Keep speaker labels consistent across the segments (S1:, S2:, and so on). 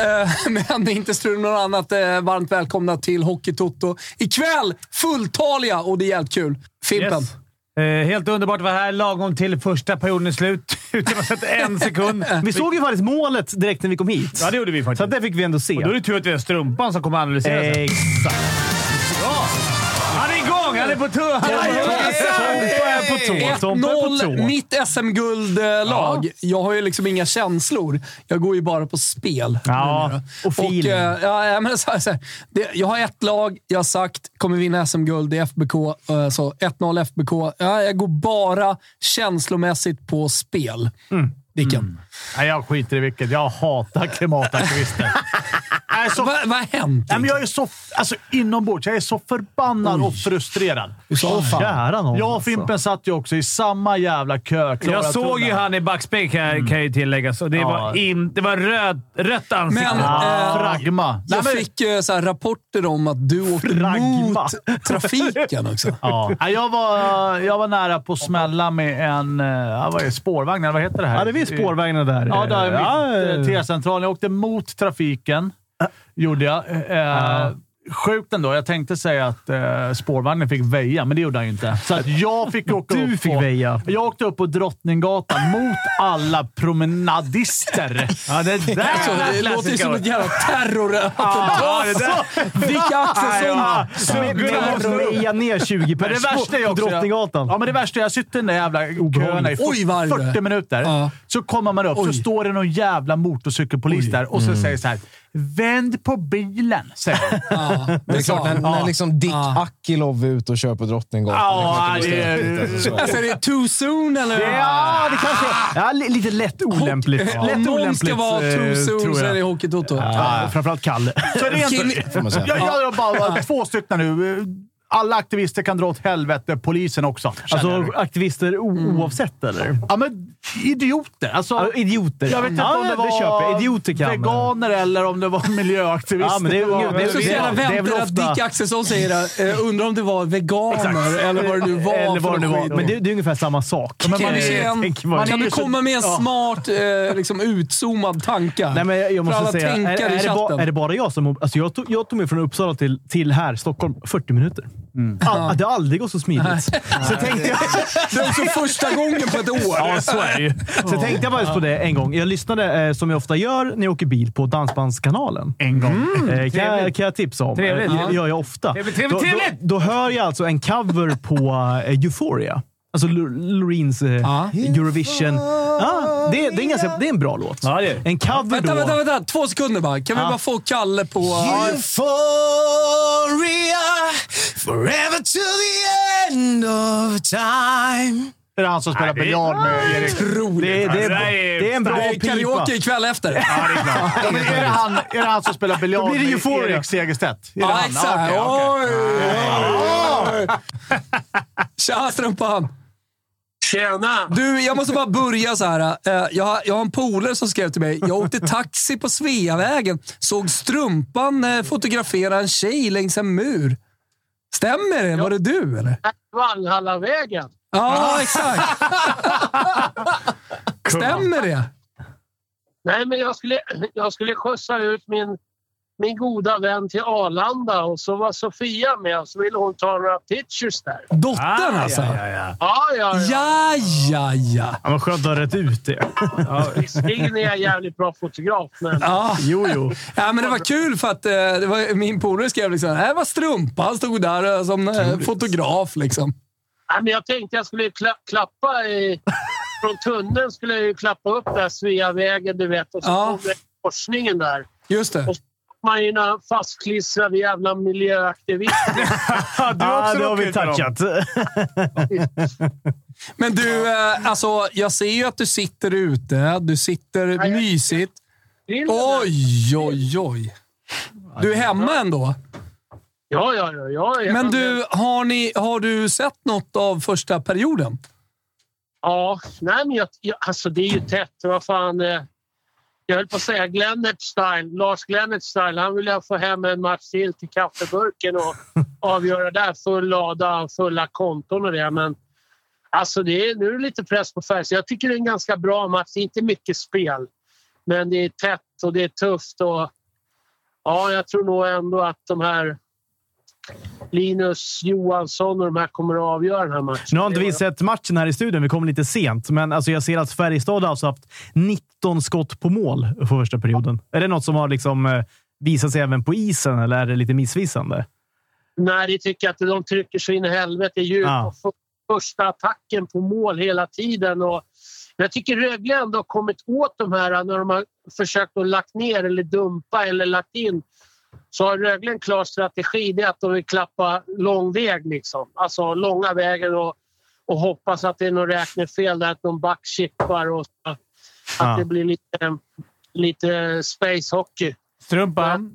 S1: eh, men inte strul med något annat. Eh, Varmt välkomna till Hockeytoto. Ikväll fulltaliga och det är jävligt kul. Fimpen.
S2: Yes. Eh, helt underbart att vara här lagom till första perioden är slut. Utan att ha sett en sekund.
S3: Vi såg ju faktiskt målet direkt när vi kom hit.
S2: Ja, det gjorde vi faktiskt.
S3: Så att det fick vi ändå se.
S2: Och då är det tur att vi har strumpan som kommer att analysera sen.
S3: Exakt.
S2: Bra! Han är igång! Han är på tå! Han är på tå! Han är på tå! Tompa är på
S1: 1-0,
S2: tå!
S1: mitt SM-guldlag. Jag har ju liksom inga känslor. Jag går ju bara på spel.
S2: Ja, och
S1: Och,
S2: feeling.
S1: eh, ja, ja, men så här, så här. Det, jag har ett lag, jag har sagt, kommer vinna SM-guld, det är FBK. eh, Så 1-0 FBK. Ja, jag går bara känslomässigt på spel.
S2: Mm.
S1: Vilken?
S2: Nej, jag skiter i vilket. Jag hatar klimataktivister. Jag är så...
S1: Vad vad har hänt?
S2: Nej, men jag är så... Alltså, inombords. Jag är så förbannad och frustrerad.
S3: Så fan. Kära någon.
S2: Jag och Fimpen satt ju också i samma jävla kö. Klara
S4: Jag såg ju
S2: tunneln.
S4: han i backspegeln kan, jag- kan jag ju tilläggas. Och det,
S2: Ja.
S4: var in, det var röd, rött ansikte.
S1: Men,
S2: Ah,
S1: eh,
S2: fragma.
S1: Jag
S2: Nej, men-
S1: fick eh, så här rapporter om att du åkte
S2: Fragma.
S1: mot trafiken också.
S2: Ja. Nej, Jag, var, jag var nära på att smälla med en eh, ja, vad är det, spårvagn, eller vad heter det här?
S3: Hade vi spårvagnar där?
S2: Ja, där
S3: Eh, Ja,
S2: vid eh, T-centralen. Jag åkte mot trafiken, gjorde jag. Eh, Sjukt ändå. Jag tänkte säga att eh, spårvagnen fick väja, men det gjorde han ju inte. Så att jag fick åka
S3: Du
S2: upp
S3: fick
S2: på,
S3: väja.
S2: Jag åkte upp på Drottninggatan mot alla promenadister.
S4: ja, det där
S1: Alltså, det
S4: klassiker.
S1: låter ju som ett jävla terrorattentat. Vilka
S2: ja.
S1: Axelsson som är
S3: Men att
S1: terror.
S3: Meja ner 20
S2: Men det
S3: pers
S2: värsta är
S3: på
S2: också...
S3: Drottninggatan.
S2: Ja, men det värsta är jag sitter i den där jävla kön i
S1: Oj, vad är det?
S2: 40 minuter.
S1: Ja.
S2: Så kommer man upp
S1: Oj.
S2: så står det någon jävla motorcykelpolis där och så
S3: Mm.
S2: säger så här “Vänd på bilen”, säger han.
S1: Ja,
S5: Det är klart, när, när liksom Dick
S1: Ja.
S5: Akilov är ute och kör på Drottninggatan.
S2: Ja,
S5: det är klart
S2: det är-
S5: måste äta lite, så.
S1: Alltså, är det too soon eller?
S3: Ja, det kanske är ja, li- lite lätt olämpligt.
S1: Om
S3: Lätt
S1: någon
S3: olämpligt,
S1: ska vara
S3: eh,
S1: too soon
S3: tror
S1: så är
S3: jag.
S1: det Hockeytoto.
S3: Ja, framförallt Kalle.
S2: Så det är
S1: Kim-
S2: inte-
S5: Får man säga.
S2: jag, jag har bara två stycken nu. Alla aktivister kan dra åt helvete. Polisen också. känner jag
S3: Alltså
S2: nu.
S3: aktivister o-
S1: Mm.
S3: oavsett, eller?
S2: ja, men idioter. Alltså,
S3: Ja, idioter.
S2: jag vet inte
S3: ja,
S2: om det
S3: det köper
S2: var
S3: jag. Idioter kan.
S2: veganer eller om det var miljöaktivister.
S3: Ja, men det är-
S2: var-
S3: det är-
S1: Jag skulle så
S3: det
S1: gärna
S3: är- det är
S1: vänta
S3: väl
S1: att
S3: ofta-
S1: Dick Axelsson säger det. Eh, undrar om det var veganer eller vad det nu var
S3: Eller vad det nu
S1: för
S3: var.
S1: skit.
S3: Men det, det är ungefär samma sak.
S1: Kan
S3: Eh,
S1: vi se en-
S3: tänk vad-
S1: Kan du komma med en smart, eh, liksom utzoomad tanke? här?
S3: Nej, men jag,
S1: För
S3: jag
S1: alla
S3: måste säga, är,
S1: tänkare i
S3: är, det
S1: chatten.
S3: bara, är det bara jag som... Alltså jag, tog, jag tog mig från Uppsala till, till här, Stockholm, 40 minuter. All, det har aldrig gått så smidigt. Så tänkte jag...
S1: Det är också första gången på ett år.
S3: Ja, så är det
S4: Mm.
S3: ju. Så tänkte jag faktiskt på det en gång. Jag lyssnade, eh, som jag ofta gör när jag åker bil, på Dansbandskanalen.
S2: En gång.
S3: Eh, kan, jag,
S4: Trevligt.
S3: kan jag tipsa om.
S4: Trevligt.
S3: Eh,
S4: Ja.
S3: Det gör jag ofta.
S4: Trevligt, trevligt,
S3: då,
S4: trevligt!
S3: Då, då hör jag alltså en cover på eh, Euphoria. Alltså Lo- Loreens eh,
S1: Ja.
S3: Eurovision. Ah, det, det, är en ganska, det är en bra låt.
S4: Ja, det är det.
S3: En cover
S1: Vänta,
S3: då.
S1: vänta, vänta. Två sekunder bara. Kan vi bara få Kalle på...
S5: Euphoria, forever to the end of time.
S2: Det är han som spelar biljard med Erik.
S1: Roligt.
S3: Det, är- det,
S4: Det
S3: är,
S4: där är-
S3: det är en bra
S1: Det är
S3: pipa.
S1: karaoke ikväll efter.
S2: Ja, men är, det han, är det han som spelar biljard
S3: Då blir det
S2: med
S3: Euphoria.
S2: Erik Segerstedt? Är det
S1: Ja,
S2: han?
S1: exakt.
S2: okej, okej.
S1: Oj, oj, oj. Tja, strumpan!
S6: Tjena!
S1: Du, jag måste bara börja så här. Eh, Jag har, jag har en polare som skrev till mig. Jag åkte taxi på Sveavägen. Såg strumpan eh, fotografera en tjej längs en mur. Stämmer det? Var det du, eller?
S6: Valhallavägen.
S1: Ja, exakt. Stämmer det?
S6: Nej, men jag skulle, jag skulle skjutsa ut min, min goda vän till Arlanda och så var Sofia med så ville hon ta några pictures där.
S1: Dottern alltså?
S4: Ah, Ja, ja,
S6: Ja, ja,
S1: Ja,
S6: ja.
S1: ja, ja.
S3: Ja, men skönt att ha rätt ut det.
S6: Visserligen är jag jävligt bra fotograf, men
S1: Ja.
S3: Jo, jo.
S1: ja, men det var kul för att eh, det var, min polare skrev liksom här var strumpan. Han stod där eh, som eh, fotograf liksom.
S6: Nej, men jag tänkte jag skulle kla, klappa i... Från tunneln skulle jag ju klappa upp där Sveavägen, du vet. Och så
S1: Ja.
S6: kom det korsningen där.
S1: Just det.
S6: Man är ju några fastklistrade jävla miljöaktivister.
S2: Ja, du
S3: Ah,
S2: också
S3: det har vi
S2: råkar ut för dem.
S3: touchat.
S1: Men du, eh, alltså jag ser ju att du sitter ute. Du sitter
S6: jag-
S1: mysigt.
S6: Grillen där.
S1: Oj, oj, oj. Du är hemma ändå.
S6: Ja, ja, ja. ja, ja
S1: Men du, har, ni, har du sett något av första perioden?
S6: Ja, nej men jag, jag, alltså det är ju tätt. Vad fan. Eh, jag höll på att säga Glennert style. Lars Glennert style. Han ville få hem en match till till kaffeburken och avgöra där. Full lada, fulla konton och det. Men alltså det är, nu är det lite press på Färjestad. Jag tycker det är en ganska bra match. Det är inte mycket spel. Men det är tätt och det är tufft. Och Ja, jag tror nog ändå att de här Linus Johansson och de här kommer att avgöra den här matchen.
S3: Nu har inte
S6: Det
S3: vi
S6: var-
S3: sett matchen här i studion. Vi kom lite sent, men alltså jag ser att Färjestad har alltså haft 19 skott på mål för första perioden. Är det något som har liksom eh, visat sig även på isen, eller är det lite missvisande?
S6: Nej, det tycker jag att de trycker så in i helvete djupt.
S3: Ja.
S6: och får Första attacken på mål hela tiden. Och men jag tycker Rögle ändå har kommit åt de här när de har försökt att lagt ner eller dumpa eller lagt in. Så har Rögle en klar strategi. Det är att de vill klappa lång väg. Liksom. Alltså långa vägen och, och hoppas att det är något räknefel där. Att de backchippar och att
S3: Ja.
S6: det blir lite, lite space hockey.
S4: Strumpan.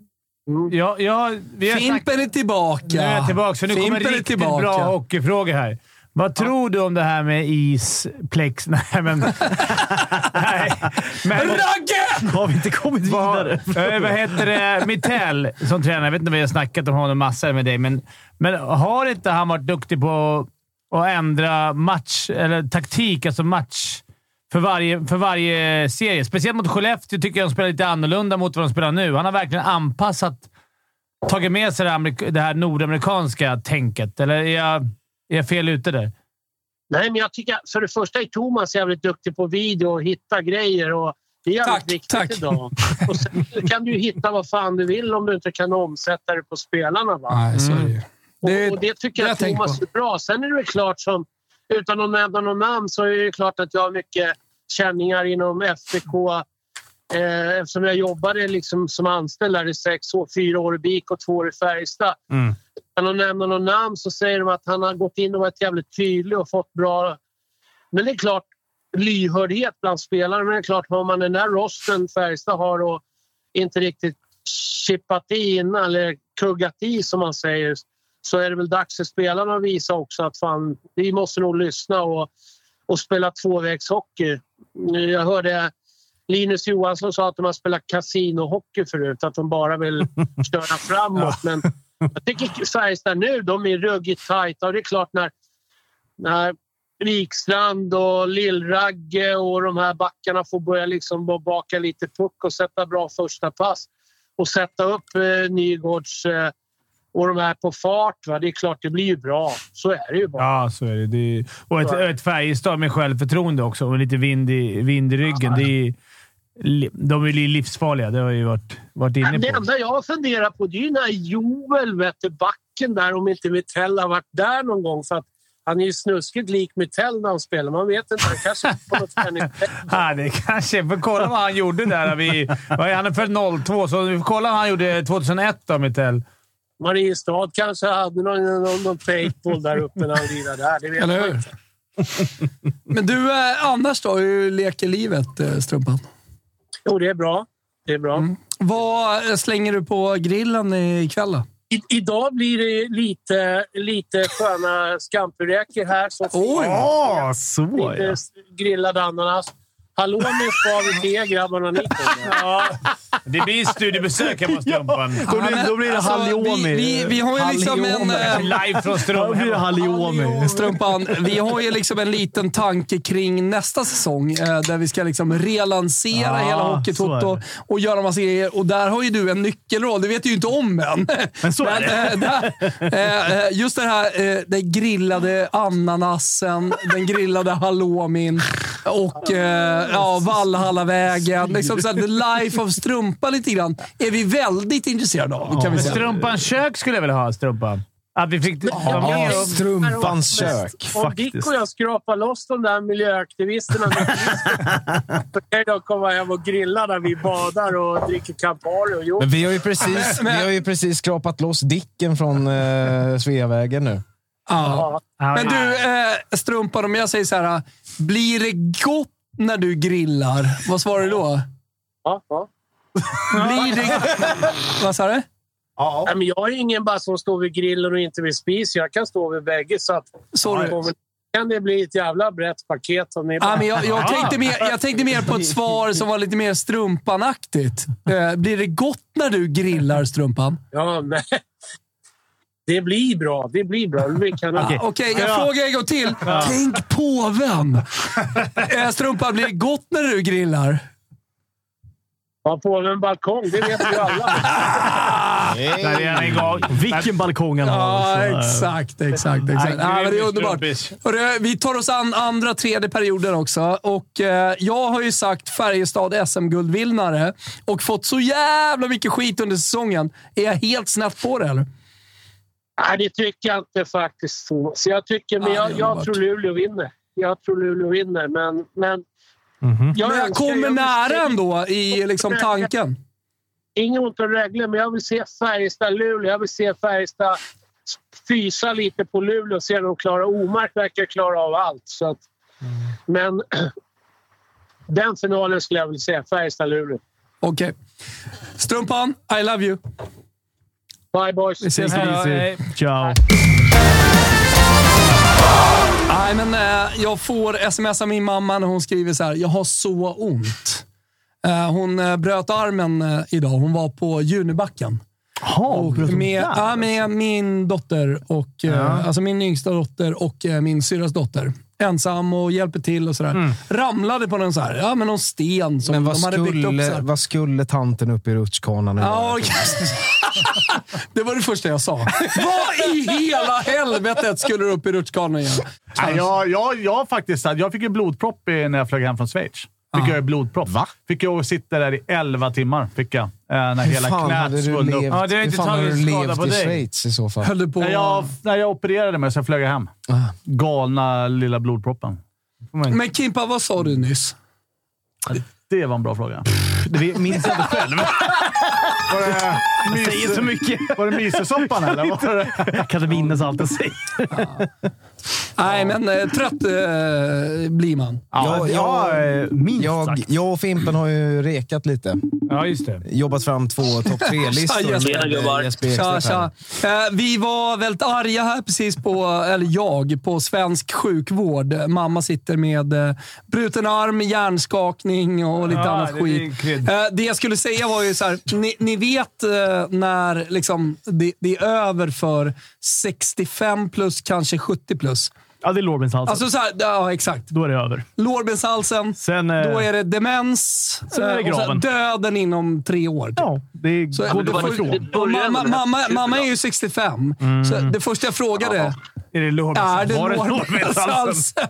S6: Mm.
S4: Ja, ja, vi har sagt,
S1: Fimpen är tillbaka.
S4: nu är jag tillbaka, så nu
S1: Fimpen
S4: kommer
S1: är
S4: riktigt
S1: tillbaka.
S4: bra hockeyfrågor här. Vad tror du om det här med isplex? Nej, men... nej, men
S1: Ragge!
S3: Har vi inte kommit
S4: vad,
S3: vidare?
S4: eh, vad heter det? Mittell som tränare. Jag vet inte om vi har snackat om honom massor med dig, men, men har inte han varit duktig på att ändra match, eller taktik, alltså match, för varje, för varje serie? Speciellt mot Skellefteå tycker jag de spelar lite annorlunda mot vad de spelar nu. Han har verkligen anpassat, tagit med sig det, amerik- det här nordamerikanska tänket. Eller är jag, är jag fel ute där?
S6: Nej, men jag tycker för det första är Thomas jävligt duktig på video och hitta grejer. Och det är jävligt
S1: Tack,
S6: viktigt
S1: tack.
S6: idag. Och sen kan du ju hitta vad fan du vill om du inte kan omsätta det på spelarna. Va?
S1: Nej, så är det ju.
S6: och, och
S1: Mm. Det,
S6: det
S1: det
S6: tycker jag,
S1: jag
S6: att
S1: tänker
S6: Thomas
S1: på.
S6: är bra. Sen är det väl klart, som, utan att nämna någon namn, så är det ju klart att jag har mycket känningar inom FBK. Eh, eftersom jag jobbade liksom som anställd där i sex år, fyra år i BIK och två år i Färjestad.
S3: Mm.
S6: Utan att nämna någon namn så säger de att han har gått in och varit jävligt tydlig och fått bra... Men det är klart, lyhördhet bland spelarna. Men det är klart, har man den där rosten Färjestad har och inte riktigt chippat i innan, eller kuggat i som man säger, så är det väl dags för spelarna att visa också att fan, vi måste nog lyssna och, och spela tvåvägshockey. Jag hörde Linus Johansson sa att de har spelat kasinohockey förut, att de bara vill köra framåt. Men jag tycker Färjestad nu, de är ruggigt tajta och det är klart när, när Wikstrand och Lillragge och de här backarna får börja liksom bara baka lite puck och sätta bra första pass och sätta upp eh, Nygårds eh, och de här på fart. Va? Det är klart, det blir ju bra. Så är det ju bara.
S4: Ja, så är det. det är, och ett, ett Färjestad med självförtroende också och lite vind i, vind i ryggen. Det är, li- de är ju livsfarliga. Det har jag ju varit, varit inne
S6: det
S4: på.
S6: enda jag funderar på det är ju när Joel mötte backen där, om inte Mitell har varit där någon gång. För att han är ju snuskigt lik Mitell när han spelar. Man vet inte. Han kanske är på något träningsläger.
S4: Ja, det kanske... För kolla vad han gjorde där. Vi, vad är han är född 02, så vi får kolla vad han gjorde 2001 då, Mitell.
S6: Mariestad kanske hade någon, någon, någon paintball där uppe när han lirade där. Det vet
S1: Eller
S6: jag
S1: hur?
S6: inte.
S1: men du, eh, annars då? Hur leker livet, eh, Strumpan?
S6: Jo, det är bra. Det är bra.
S1: Mm. Vad eh, slänger du på grillen ikväll då?
S6: I, idag blir det lite, lite sköna skampuräkor här. Så
S1: Oj!
S3: Ja, så
S6: lite
S3: ja.
S6: grillad ananas. Hallå min far till er grabbarna. Ni kommer.
S4: Det blir studiebesök hemma hos Strumpan.
S3: Då blir, då blir det
S1: Alltså,
S3: halloumi.
S1: vi- vi- vi har ju liksom en,
S3: Halloumi.
S1: eh,
S4: Live från
S3: Då blir det
S4: Strumpan.
S3: halloumi.
S1: Strumpan, vi har ju liksom en liten tanke kring nästa säsong eh, där vi ska liksom relansera
S3: Ja,
S1: hela
S3: Ah, så är
S1: Hockeytoto
S3: det.
S1: och göra massa grejer. Och där har ju du en nyckelroll. Det vet du ju inte om än.
S3: Men så är det.
S1: eh, där, eh, eh, just det här eh, den grillade ananasen, den grillade halloumin och eh, ja, Valhallavägen. Liksom så här, the life of strumpa lite grann är vi väldigt intresserade av. Kan vi
S4: Men
S1: säga.
S4: Strumpans kök skulle jag vilja ha, Strumpan. Att vi fick vara
S5: Ja,
S4: med och...
S5: strumpans kök.
S6: Om
S3: faktiskt.
S6: Dick och jag skrapar loss de där miljöaktivisterna med fisken, så kan de komma hem och grilla när vi badar och dricker Campari och
S5: Men
S6: yoghurt.
S5: vi har ju precis, vi har ju precis skrapat loss Dicken från eh, Sveavägen nu.
S1: Ja.
S6: Ja,
S1: Men du, eh, Strumpan, om jag säger så här. Blir det gott när du grillar? Vad svarar du då?
S6: ja, ja.
S1: Blir det... Vad sa du?
S6: Nej, men jag är ingen bara som står vid grillen och inte vid spis. Jag kan stå vid bägge. Så att,
S1: Sorry.
S6: Ja, men kan det bli ett jävla brett paket. Om ni
S1: Ja, men jag, jag, tänkte mer, jag tänkte mer på ett svar som var lite mer strumpanaktigt. Eh, blir det gott när du grillar strumpan?
S6: Ja, men, det blir bra. Det blir bra. Vi kan
S1: Ah, Okej, jag frågar en gång till. Tänk påven! Eh, strumpan, blir det gott när du grillar?
S6: Ja, på en balkong, det vet vi ju alla.
S4: Där är han igång.
S3: Vilken balkong han har. också.
S1: Ja, exakt, exakt. exakt. Ja, men det är underbart. Hörru, Vi tar oss an andra, tredje perioden också. Och eh, Jag har ju sagt Färjestad SM-guldvinnare och fått så jävla mycket skit under säsongen. Är jag helt snett på det, eller?
S6: Nej, det tycker jag inte faktiskt, Thomas. Jag, tycker, men
S1: Ja,
S6: jag,
S1: det är
S6: jag
S1: underbart.
S6: tror Luleå vinner. Jag tror Luleå vinner, men... men jag
S1: Men jag
S6: önskar-
S1: kommer
S6: jag vill se-
S1: nära ändå i liksom, tanken.
S6: Inget ont om Rögle, men jag vill se Färjestad-Luleå. Jag vill se Färjestad fysa lite på Luleå och se om de klarar... Omark verkar klara av allt. Så att,
S1: Mm.
S6: Men den finalen skulle jag vilja se. Färjestad-Luleå.
S1: Okej. Strumpan, I love you.
S6: Bye, boys!
S1: Vi ses.
S4: Hej då,
S3: Easy.
S4: hej.
S3: Ciao.
S1: Nej, men eh, jag får sms av min mamma när hon skriver så här. Jag har så ont. Eh, hon eh, bröt armen eh, idag. Hon var på Junibacken. och med, ja, med min dotter och eh, alltså min yngsta dotter och eh, min syrras dotter. Ensam och hjälper till och sådär. Ramlade på någon, så här, ja, men någon sten som
S5: Mm. Men vad
S1: de hade byggt upp.
S5: skulle,
S1: Så här.
S5: vad skulle tanten uppe i rutschkanan nu
S1: Ja, och- det var det första jag sa. Vad i hela helvetet skulle du upp i rutschkanan igen?
S2: Nej, jag, jag, jag, faktiskt, jag fick ju blodpropp i- när jag flög hem från Schweiz. Fick jag ju blodpropp. Va? Fick jag sitta där i 11 timmar. Fick jag. Eh, när
S5: Hur
S2: hela
S5: fan hade du
S2: knät svullnade
S5: levt,
S2: upp.
S4: Ja, det har
S5: hur
S4: inte
S5: fan hade
S4: tagit
S5: du
S4: skada
S5: levt
S4: på
S5: i
S4: dig.
S5: Schweiz i så fall?
S1: Höll du på...
S2: När jag, när jag opererade mig så flög jag hem.
S5: Ah.
S2: Galna lilla blodproppen.
S1: Men Kimpa, vad sa du nyss?
S2: Det var en bra fråga.
S3: Det minns jag inte själv. Jag säger så mycket.
S2: Var det mysesoppan eller? Var det-
S3: Kanske minns allt jag säger.
S1: Nej, men eh, trött eh, blir man.
S5: Ja,
S3: eh, minst
S5: Jag,
S3: sagt.
S5: jag och Fimpen har ju rekat lite.
S4: Ja, just det.
S5: Jobbat fram två topp tre-listor.
S1: Tja, Jesper.
S5: med Jesper
S1: Tja,
S5: Ekstedt
S1: tja.
S5: här.
S1: Eh, vi var väldigt arga här precis på, eller jag, på svensk sjukvård. Mamma sitter med eh, bruten arm, hjärnskakning och lite
S4: Ja,
S1: annat
S4: det blir en
S1: skit.
S4: krydd.
S1: Eh, det jag skulle säga var ju så här, ni, ni vet eh, när liksom, det, det är över för 65 plus, kanske 70 plus.
S3: Ja, det är lårbenshalsen.
S1: Alltså så här, ja exakt.
S3: Då är det över.
S1: Lårbenshalsen,
S3: Sen... eh,
S1: då är det demens
S3: Sen är det
S1: eh, och
S3: graven.
S1: döden inom tre år. typ.
S3: Ja, det
S1: Så-
S3: går
S1: det
S3: man
S1: var-
S3: ifrån.
S1: Och mamma, mamma, mamma är ju 65, så det första jag frågade
S3: Är det
S1: är det
S3: Var det
S1: lårbenshalsen?
S3: lårbenshalsen?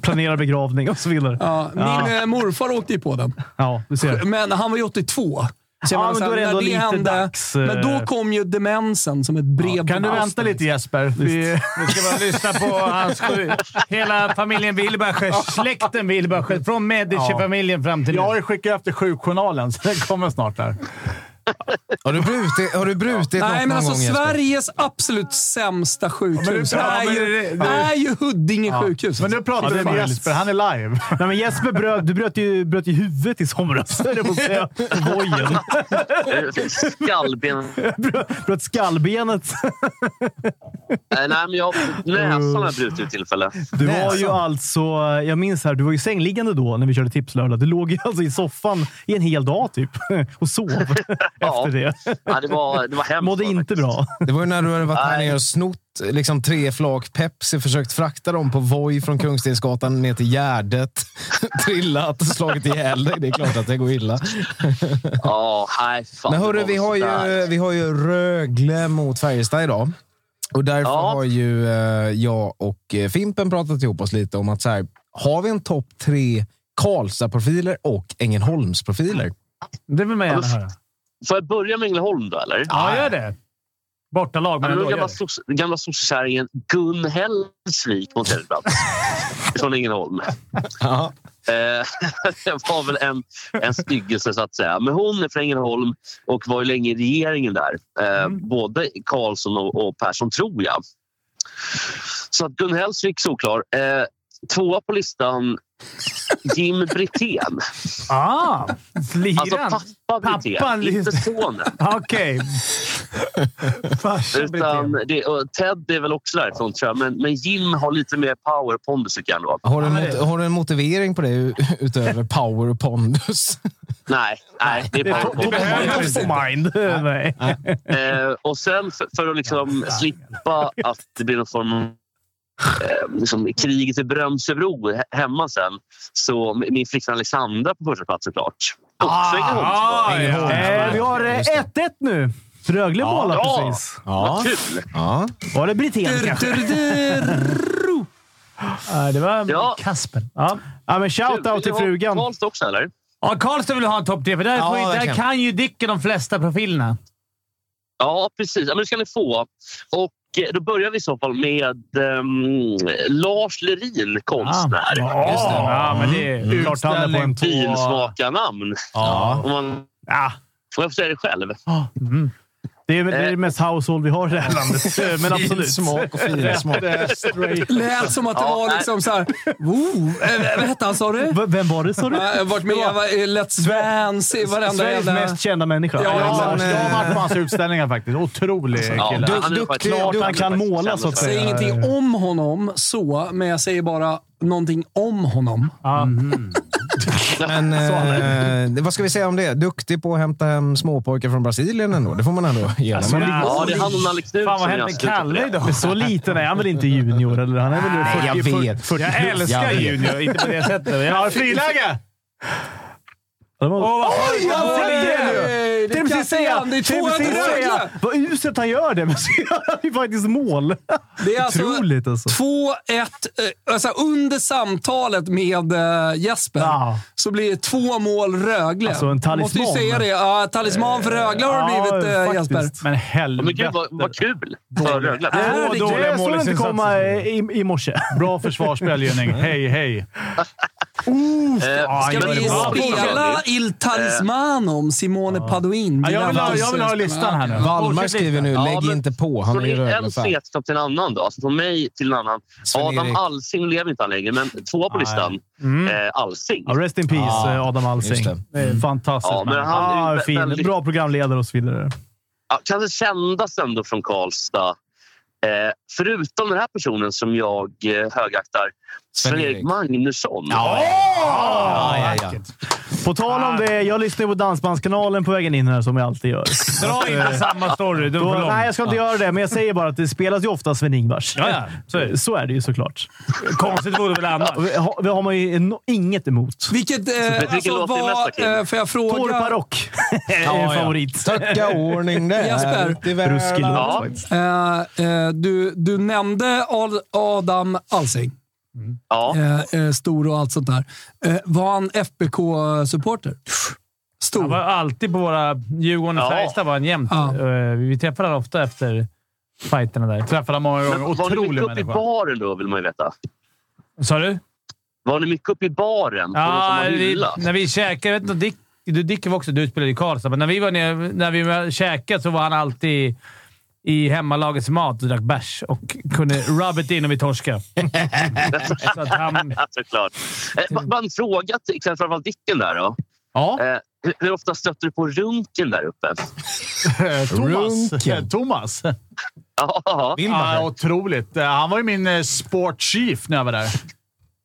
S3: Planera begravning och så vidare.
S1: Ja, min eh, morfar åkte ju på den,
S3: Ja, du ser.
S1: men han var ju 82. Så jag
S3: Ja,
S1: menar
S3: men
S1: så här,
S3: då är det ändå
S1: när
S3: lite dags, eh,
S1: Men då kom ju demensen som ett brev på
S2: Kan du vänta
S1: posten.
S2: lite Jesper? Vi,
S4: Vi ska bara lyssna på hans sju... Hela familjen Wilbacher, släkten Wilbacher. Från Medici-familjen fram till nu.
S2: jag har ju skickat efter sjukjournalen, så den kommer snart där.
S5: Har du brutit, har du brutit något
S1: Nej, men
S5: någon
S1: alltså
S5: gång Jesper?
S1: Sveriges absolut sämsta sjukhus
S2: Ja,
S1: är,
S2: men
S1: ju,
S2: det-
S1: är ju Huddinge sjukhus.
S2: Men nu pratar
S3: Ja, det
S2: vi
S3: är
S2: med
S3: möjligt.
S2: Jesper. Han är live.
S3: Nej, men Jesper, bröt, du bröt ju, bröt ju huvudet i somras. höll Jag på att säga. Vojen.
S7: Skallben.
S3: Bröt skallbenet.
S7: Nej, nej, men jag näsan har jag brutit vid tillfälle.
S3: Du var ju alltså, jag minns här, du var ju sängliggande då när vi körde tipslördag. Du låg ju alltså i soffan i en hel dag typ och sov efter det.
S7: Ja, det, var, det var hemskt.
S3: Mådde inte bra.
S5: Det var ju när du hade varit här
S7: Nej.
S5: nere och snott liksom, tre flak Pepsi, försökt frakta dem på Voi från Kungstensgatan ner till Gärdet, trillat och slagit ihjäl dig. Det är klart att det går illa.
S7: Ja, nej, fan.
S5: Men hörru,
S7: det var
S5: vi har,
S7: sådär.
S5: ju, vi har ju Rögle mot Färjestad idag. Och därför
S7: Ja.
S5: har ju eh, jag och eh, Fimpen pratat ihop oss lite om att så här, har vi en topp tre Karlstad-profiler och Ängelholms-profiler?
S4: Det vill man
S7: Ja,
S4: gärna
S7: men-
S4: höra.
S7: Får jag börja med Ängelholm då, eller?
S2: Ah.
S4: Ja, gör det. Bortalag,
S7: Ja,
S4: men
S7: men
S4: ändå.
S7: den
S4: gör
S7: gamla,
S4: det.
S7: sos- den gamla sossekärringen Gun Hellsvik mot Elfsborg. Från Ängelholm.
S5: Ja.
S7: Eh, det var väl en, en styggelse så att säga. Men hon är från Ängelholm och var ju länge i regeringen där. Eh, Både Karlsson och, och Persson tror jag. Så att Gun Hellsvik såklart. Eh, tvåa på listan Jim Brithén.
S4: Ah!
S7: Alltså
S4: Liran.
S7: pappa
S4: Pappan
S7: Brithén, inte sonen.
S4: Okej. Farsa
S7: Utan
S4: Brithén.
S7: det, och Ted är väl också därifrån tror jag. Men, men Jim har lite mer power pondus tycker jag ändå.
S5: Har du, en
S4: Ja, men
S5: mot,
S4: det-
S5: har du en motivering på det u- utöver power och pondus?
S7: Nej, nej, det är power
S3: Det
S7: pondus.
S3: behövs på mind. Nej.
S7: Eh, och sen för, för att liksom slippa att det blir någon form av eh, liksom, kriget i Brömsebro he- hemma sen så min flickvän Alexandra på första plats såklart.
S4: Ah,
S7: Ängelholmsborg.
S4: ja.
S3: Eh, vi har eh, 1-1 nu. Rögle målade
S7: Ja.
S3: precis.
S5: Ja.
S7: Kul!
S5: ja.
S3: Var det Brithén
S1: Dur,
S3: kanske?
S1: dur, dur.
S3: Ja, det var
S7: Ja.
S3: Kasper. Ja. Ja, men shout-out till frugan.
S7: Karlstad också, eller?
S4: Ja, Karlstad vill ha en topp tre, för där,
S5: Ja,
S4: får, där
S5: verkligen.
S4: kan ju Dicken de flesta profilerna.
S7: Ja, precis. Ja, men det ska ni få. Och eh, då börjar vi i så fall med ehm, Lars Lerin,
S2: Ah,
S7: konstnär.
S5: Just det.
S4: Ja, men det
S3: Mm.
S4: är klart han är på en
S7: Finsmakarnamn.
S5: Ja.
S7: Om man, om
S4: Ja,
S7: jag får säga det själv.
S3: Det är det
S5: Eh.
S3: är det mest household vi har i det här landet. Eh, Men absolut.
S5: Fin smak och fin smak.
S1: Lät som att det
S7: Ja,
S1: var
S7: nej.
S1: liksom såhär... Oh, eh, vad hette han, sa du?
S3: V- Vem var det, sa du?
S1: Ja, Jag har varit med i Let's Dance i varenda
S3: Sveriges
S1: jävla...
S3: mest kända människa.
S1: Ja,
S2: Jag
S1: ja.
S2: har
S5: men,
S2: jag har
S5: eh,
S2: varit på hans utställningar faktiskt. Otrolig
S3: Alltså,
S7: Ja,
S2: kille.
S7: han är
S5: duktig-
S7: faktiskt-
S5: klart
S7: är
S5: han
S3: kan
S7: faktiskt
S3: måla,
S7: sämre
S3: så att
S7: för det.
S1: säger ingenting om honom så, men jag säger bara någonting om honom.
S5: Men, eh, vad ska vi säga om det? Duktig på att hämta hem småpojkar från Brasilien ändå. Det får man ändå ge honom.
S7: Ja, alltså, det är han och Nalle Knutsson.
S4: Fan, vad
S7: jag
S4: hände
S7: stöter på
S4: Kalle
S7: det.
S4: idag?
S3: Men så liten är han väl inte junior? Eller? Han är väl
S5: Nej,
S3: 40,
S5: jag vet.
S3: 40,
S4: Jag älskar
S5: vet.
S4: Junior, inte på det sättet. Jag har friläge!
S3: Han var-
S4: Åh, vad-
S1: Ja,
S4: vad-
S1: det är det! Det
S3: Tänkte
S1: kan
S3: precis säga!
S1: han. Det är
S3: tänkte precis
S1: 2-1
S3: säga
S1: Rögle.
S3: Vad uselt han gör det, men så gör han ju faktiskt mål.
S1: Det är alltså
S3: Otroligt alltså.
S1: 2-1. eh, Alltså under samtalet med eh, Jesper
S3: Ja.
S1: så blir det två mål Rögle.
S3: Alltså, en talisman.
S1: Måste ju säga det. Ja, talisman för Rögle har det
S3: Ja,
S1: blivit, eh,
S3: faktiskt.
S1: Jesper.
S4: Men
S7: Ja, Men gud,
S4: helvete.
S7: vad, vad kul för Rögle.
S3: Äh,
S4: dåliga
S3: det, jag såg det inte
S4: målisinsatser.
S3: komma eh, i, i morse. Mm.
S2: Bra försvarsspel, Jönning. Hej, hej.
S7: Eh,
S1: Ska
S7: gör
S1: vi
S7: det bra.
S1: spela Il Talismano, Simone Padoin?
S2: Ja, jag, vill ha, jag vill ha listan här nu.
S5: Wallmark skriver nu,
S7: Ja,
S5: lägg
S7: men-
S5: inte på. Han
S7: Från
S5: är ju
S7: en
S5: Rögle-fan.
S7: snedstopp till en annan då. Alltså från mig till en annan.
S5: Sven-Erik.
S7: Adam Alsing lever inte han längre, men tvåa på listan. Eh, Alsing.
S3: Ja, rest in peace,
S5: Ja,
S3: eh, Adam
S5: just
S3: Alsing.
S5: det.
S3: Det
S4: Mm.
S3: är en Fantastisk
S7: Ja, men
S3: människa.
S7: han är ju
S3: ah,
S7: vä-
S3: fin.
S7: väldigt-
S3: Bra programledare och så vidare.
S7: Ja, kanske kändas ändå från Karlstad. Eh, förutom den här personen som jag eh, högaktar. Sven-Erik Magnusson.
S5: Ja, ja, ja.
S3: På tal
S4: Ah.
S3: om det, jag lyssnade på Dansbandskanalen på vägen in här som jag alltid gör.
S4: Dra inte
S2: eh,
S4: samma story. Du är
S3: Då,
S4: för lång.
S3: nej, jag ska inte göra det, men jag säger bara att det spelas ju ofta Sven-Ingvars.
S4: Ja, ja. Så är det.
S3: Så är det ju såklart.
S4: Konstigt vore det väl annars.
S3: Och vi har, vi har man ju eno- inget emot.
S1: Vilket...
S7: vilken
S1: Eh, alltså,
S7: låt är mest
S1: vad,
S7: aktiv?
S1: eh, får jag
S3: Torpa
S1: fråga?
S3: Rock är en favorit.
S5: Stöcka ordning där
S1: Jesper.
S5: ute i världen.
S3: Ruskig låt
S7: Ja.
S3: faktiskt.
S1: Eh, eh, du, du nämnde Al- Adam Alsing.
S7: Ja.
S1: eh, eh, stor och allt sånt där. Eh, var han FBK-supporter?
S4: Han
S1: Stor.
S4: var alltid på våra Djurgården och
S7: Ja.
S4: Färjestad var han jämt.
S1: Ja.
S4: Eh, Vi träffade honom ofta efter fighterna där.
S2: Träffade han många
S7: Men
S2: gånger.
S7: var ni mycket
S2: Otrolig
S7: uppe i
S2: människa.
S7: baren då, vill man ju veta?
S4: Sa du?
S7: Var ni mycket uppe i baren? På någon
S4: Ja,
S7: form av
S4: vi,
S7: hylla?
S4: när vi käkade... Jag vet inte, Dick, du, Dick var också... Du spelade i Karlstad, men när vi var nere, när vi var- käkade så var han alltid i hemmalagets mat och drack bärs och kunde rub it in om vi torskade. så att han...
S7: Ja, såklart. Eh, ba- bara en fråga till kanske framförallt Dicken där då.
S2: Ja.
S7: Eh, hur- hur ofta stötte du på runken där uppe?
S2: Eh, Thomas.
S5: Runken.
S2: Eh, Thomas.
S7: Ja,
S2: Ja, otroligt. Eh, Han var ju min eh, sportchief när jag var där.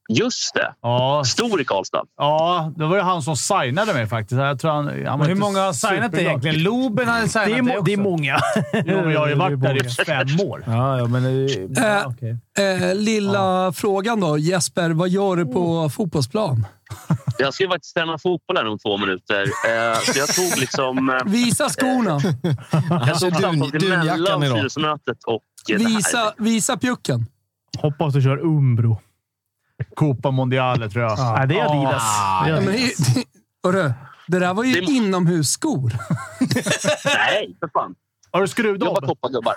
S7: just det.
S2: Ja,
S7: Stor i Karlstad.
S2: ja det var ju han som signade mig faktiskt. Jag tror han, han var
S4: Hur
S2: inte
S4: många har signat det
S2: superglad.
S4: egentligen? Loben har signat
S3: Det är,
S4: dig
S3: må-
S4: också.
S3: det är många.
S2: Jo, men jag har ju varit där i
S3: många.
S2: fem år.
S4: Ja, ja, men...
S1: ja,
S4: okay.
S1: Eh, lilla frågan då. Jesper, vad gör du på fotbollsplan?
S7: Jag ska ju faktiskt träna fotboll här om två minuter. Eh, så jag tog liksom... Eh,
S1: Visa skorna.
S7: jag tog
S5: Alltså, dun-
S7: samtalet
S5: dunjackan
S7: mellan
S5: idag.
S7: styrelsemötet och... eh, det här.
S1: Visa, visa pjucken.
S3: Hoppas du kör Umbro.
S2: Copa Mondiale, tror jag. Ah.
S3: Nej, det är Adidas.
S4: Ah.
S3: Det är
S1: Ja, men,
S3: Adidas.
S1: det- det- hörru, det där var ju
S7: Det-
S1: inomhusskor.
S7: Nej, för fan.
S2: Har du
S7: Jobba
S2: skruvdobb?
S7: koppargubbar.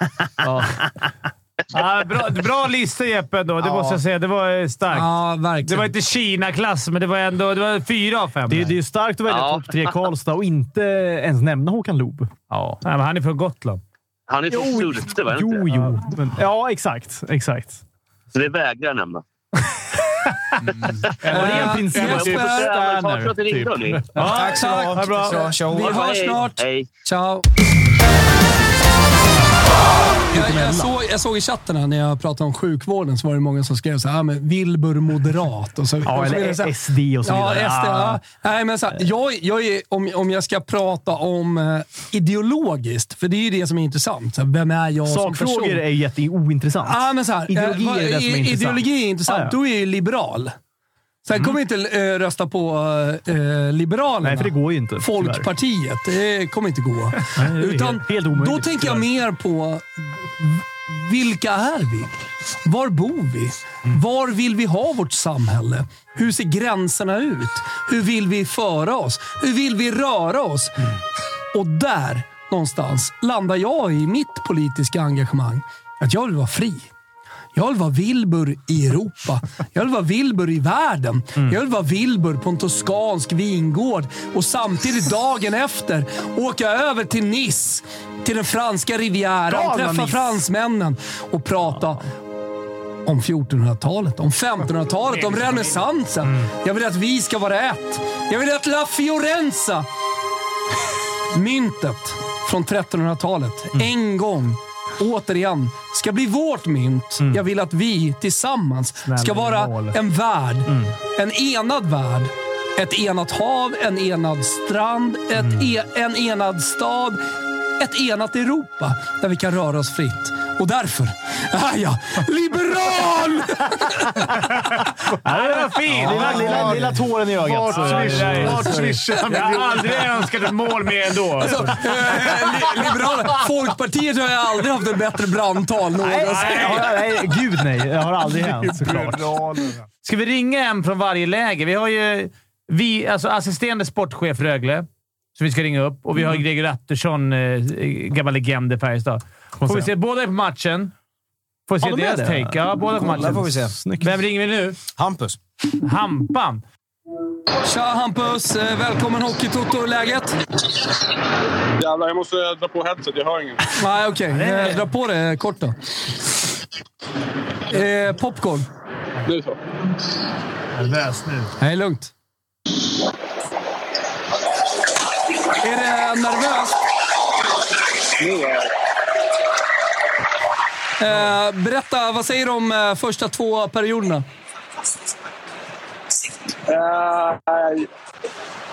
S4: ja, bra, bra lista Jeppe ändå. Det måste jag säga. Det var eh, starkt.
S1: Ja, verkligen.
S4: Det var inte Kina-klass, men det var ändå det var fyra av fem.
S3: Det är, det är ju starkt att välja
S7: Ja.
S3: topp tre Karlstad och inte ens nämna Håkan Loob.
S4: Ja. Nej, men han är från Gotland.
S7: Han är från Surte, var det inte?
S3: Jo, jo. Men, ja, exakt. Exakt.
S7: Så det vägrar jag nämna.
S1: Eh,
S3: det är en princip.
S1: Jesper,
S7: Ja, men Tack för att ni ringde, hörni.
S5: Tack så
S1: tack.
S5: mycket.
S1: Ha bra.
S5: Så, tjo.
S1: Vi hörs
S7: Hej.
S1: snart.
S7: Hej.
S1: Ciao. Jag, jag, såg, jag såg i chatten här när jag pratade om sjukvården så var det många som skrev så här, ah, men Wilbur moderat och så
S3: Ja,
S1: och så
S3: eller
S1: vidare. Så här,
S3: SD och så
S1: Ja,
S3: vidare.
S1: SD. Ja. Nej, men så här, jag, jag är, om, om jag ska prata om eh, ideologiskt, för det är ju det som är intressant. Så här, vem är jag som person?
S3: Sakfrågor är ju jätteointressant.
S4: Ah.
S1: Ja, Ah, men så här,
S3: Ideologi
S1: eh, vad-
S3: är det som är intressant. Ah,
S1: Ideologi är intressant.
S3: Ja, ja.
S1: Då är jag ju liberal. Sen kommer inte eh, rösta på eh, Liberalerna.
S3: Nej, för det går ju inte. tyvärr.
S1: Folkpartiet. Det kommer inte gå.
S3: det är
S1: Utan
S3: helt- helt omöjligt,
S1: då tänker jag mer på v- vilka är vi? Var bor vi?
S3: Mm.
S1: Var vill vi ha vårt samhälle? Hur ser gränserna ut? Hur vill vi föra oss? Hur vill vi röra oss?
S3: Mm.
S1: Och där någonstans landar jag i mitt politiska engagemang. Att jag vill vara fri. Jag vill vara Wilbur i Europa. Jag vill vara Wilbur i världen. Jag vill vara Wilbur på en toskansk vingård och samtidigt dagen efter åka över till Nice, till den franska rivieran,
S3: Galna
S1: träffa
S3: Nice.
S1: fransmännen och prata om 1400-talet, om 1500-talet, om renässansen. Jag vill att vi ska vara ett. Jag vill att La Fiorenza, myntet från 1300-talet,
S3: Mm.
S1: en gång återigen ska bli vårt mynt. Jag vill att vi tillsammans ska vara
S3: Mm. mål. Mm.
S1: en värld. En enad värld. Ett enat hav, en enad strand, ett
S3: Mm.
S1: e- en enad stad. Ett enat Europa där vi kan röra oss fritt. Och därför är jag liberal!
S4: Ja, det var fint!
S3: Lilla, lilla, lilla tåren i ögat.
S4: Vart swishar- vart
S3: swishar
S4: Jag har aldrig önskat ett mål mer ändå.
S1: Alltså, eh, li- Liberalerna. Folkpartiet har jag aldrig haft ett bättre brandtal någonsin.
S3: Nej, gud nej. Det har aldrig hänt såklart.
S4: Ska vi ringa en från varje läger? Vi har ju vi, alltså assisterande sportchef Rögle, som vi ska ringa upp. Och vi
S3: Mm.
S4: har Greger Attersson, eh, gammal legend i Färjestad. Får vi se. Båda är på matchen. Får vi se
S3: Ja, de är
S4: deras
S3: det.
S4: take. Ja, båda är på
S5: Kolla
S4: matchen.
S5: får vi se.
S3: Snyggt.
S4: Vem ringer vi nu?
S5: Hampus.
S4: Hampan.
S1: Tja Hampus! Eh, Välkommen Hockeytoto. Hur är läget?
S8: Jävlar, jag måste dra på headset. Jag hör ingen.
S1: Nej, okej. Eh, Dra på det kort då. Eh, popcorn.
S8: Nu så.
S2: Nervös nu.
S1: Nej, lugnt. Är det nervöst? Eh, berätta, vad säger du om eh, första två perioderna?
S8: Eh, nej.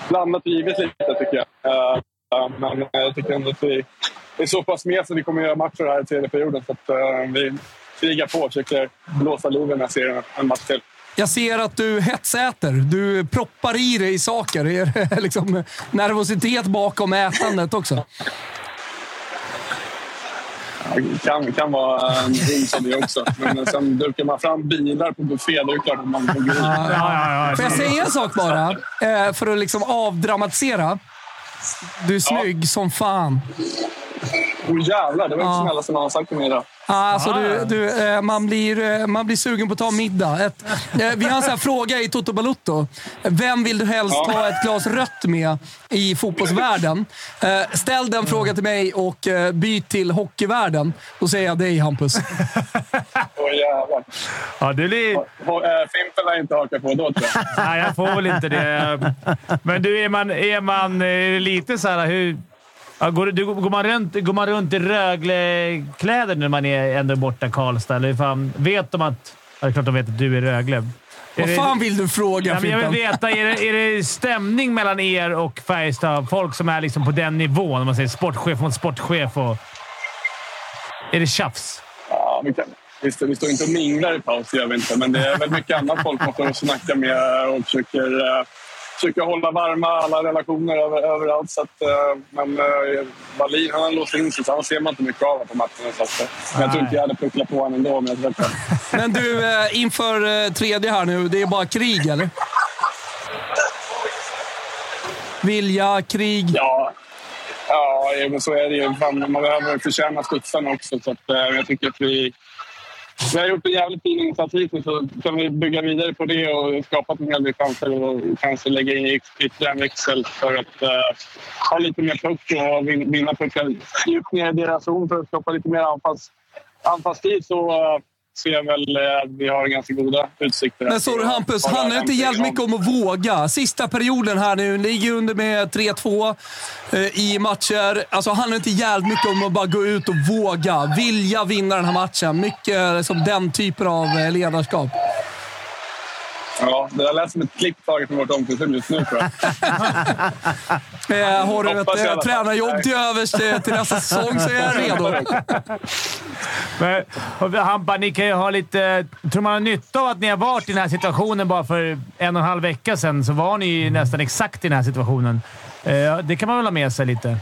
S8: blandat och givet lite, tycker jag. Eh, eh, men eh, jag tycker ändå att vi vi är så pass med så vi kommer göra matcher här i tredje perioden. Så att, eh, vi krigar på och försöker blåsa liv i den här serien en match till.
S1: Jag ser att du hetsäter. Du proppar i dig saker. Är det liksom nervositet bakom ätandet också?
S8: Det kan, kan vara en hint av det också. Men eh, sen dukar man fram bilar på buffé, då är det klart att man får gå in.
S4: Ja, ja, ja.
S1: Får jag säga en sak bara? Eh, för att liksom avdramatisera. Du är snygg som fan.
S8: Åh jävlar, det var inte
S1: Ja.
S8: snälla som han sagt till mig idag.
S1: Alltså, du, du, eh, man, blir, eh, man blir sugen på att ta middag. Ett, eh, vi har en sån här fråga i Toto Balutto. Vem vill du helst
S8: Ja.
S1: ta ett glas rött med i fotbollsvärlden? Eh, ställ den frågan till mig och eh, byt till hockeyvärlden. Då säger jag dig, Hampus.
S8: Åh jävlar.
S4: ja du blir...
S8: Och, eh, Fimpen lär inte haka på då, tror jag.
S4: Nej, jag får väl inte det. Men du, är man, är man eh, lite så här... Hur, ja, går, du, går, man runt, går man runt i Rögle-kläder när man är ändå borta i Karlstad? Eller hur fan, vet de att... Ja, det är klart de vet att du är Rögle. Är
S1: Vad
S4: det-
S1: fan vill du
S4: Ja,
S1: fråga,
S4: men jag vill
S1: Fimpen?
S4: veta, är det, är det stämning mellan er och Färjestad? Folk som är liksom på den nivån, om man säger sportchef mot sportchef. Och, är det tjafs?
S8: Ja, vi, kan, vi, står, vi står inte och minglar i paus, det gör vi inte. Men det är väl mycket annat folk man står och snackar med och försöker, eh, försöker hålla varma alla relationer över, överallt. Så att, eh, men eh, Wallin, han har låst in sig, så han ser man inte mycket av här på matcherna. Så att, eh, men jag tror inte jag hade pucklat på honom ändå om jag hade sett det.
S1: Men du, eh, inför eh, tredje här nu. Det är bara krig, eller? Vilja, krig.
S8: Ja, ja jo, men så är det ju. Fan, Man behöver förtjäna studsarna också. Så att, eh, jag tycker att vi, vi har gjort en jävligt fin insats hittills. Så kan vi bygga vidare på det och skapat en hel del chanser och kanske lägga in yt- ytterligare en växel för att eh, ha lite mer puck och vin- vinna puckar djupt ner i deras zon för att skapa lite mer anfalls, anfallstid. Så, eh, ser jag väl eh, att vi har ganska goda utsikter.
S1: Men
S8: att-
S1: sorry Hampus,
S8: att-
S1: handlar inte jävligt mycket om att våga. Sista perioden här nu, ni ligger under med 3-2 eh, i matcher. Alltså handlar inte jävligt mycket om att bara gå ut och våga. Vilja vinna den här matchen. Mycket eh, som den typen av eh, ledarskap.
S8: Ja, det där lät som ett klipp taget från vårt omklädningsrum just nu tror jag.
S1: Eh, har du ett
S8: Hoppas i
S1: eh,
S8: alla fall.
S1: tränarjobb till övers eh, till nästa säsong så är jag redo.
S4: Men, och Hampa, ni kan ju ha lite... Tror man har nytta av att ni har varit i den här situationen bara för en och en halv vecka sedan så var ni ju nästan exakt i den här situationen. Eh, Det kan man väl ha med sig lite.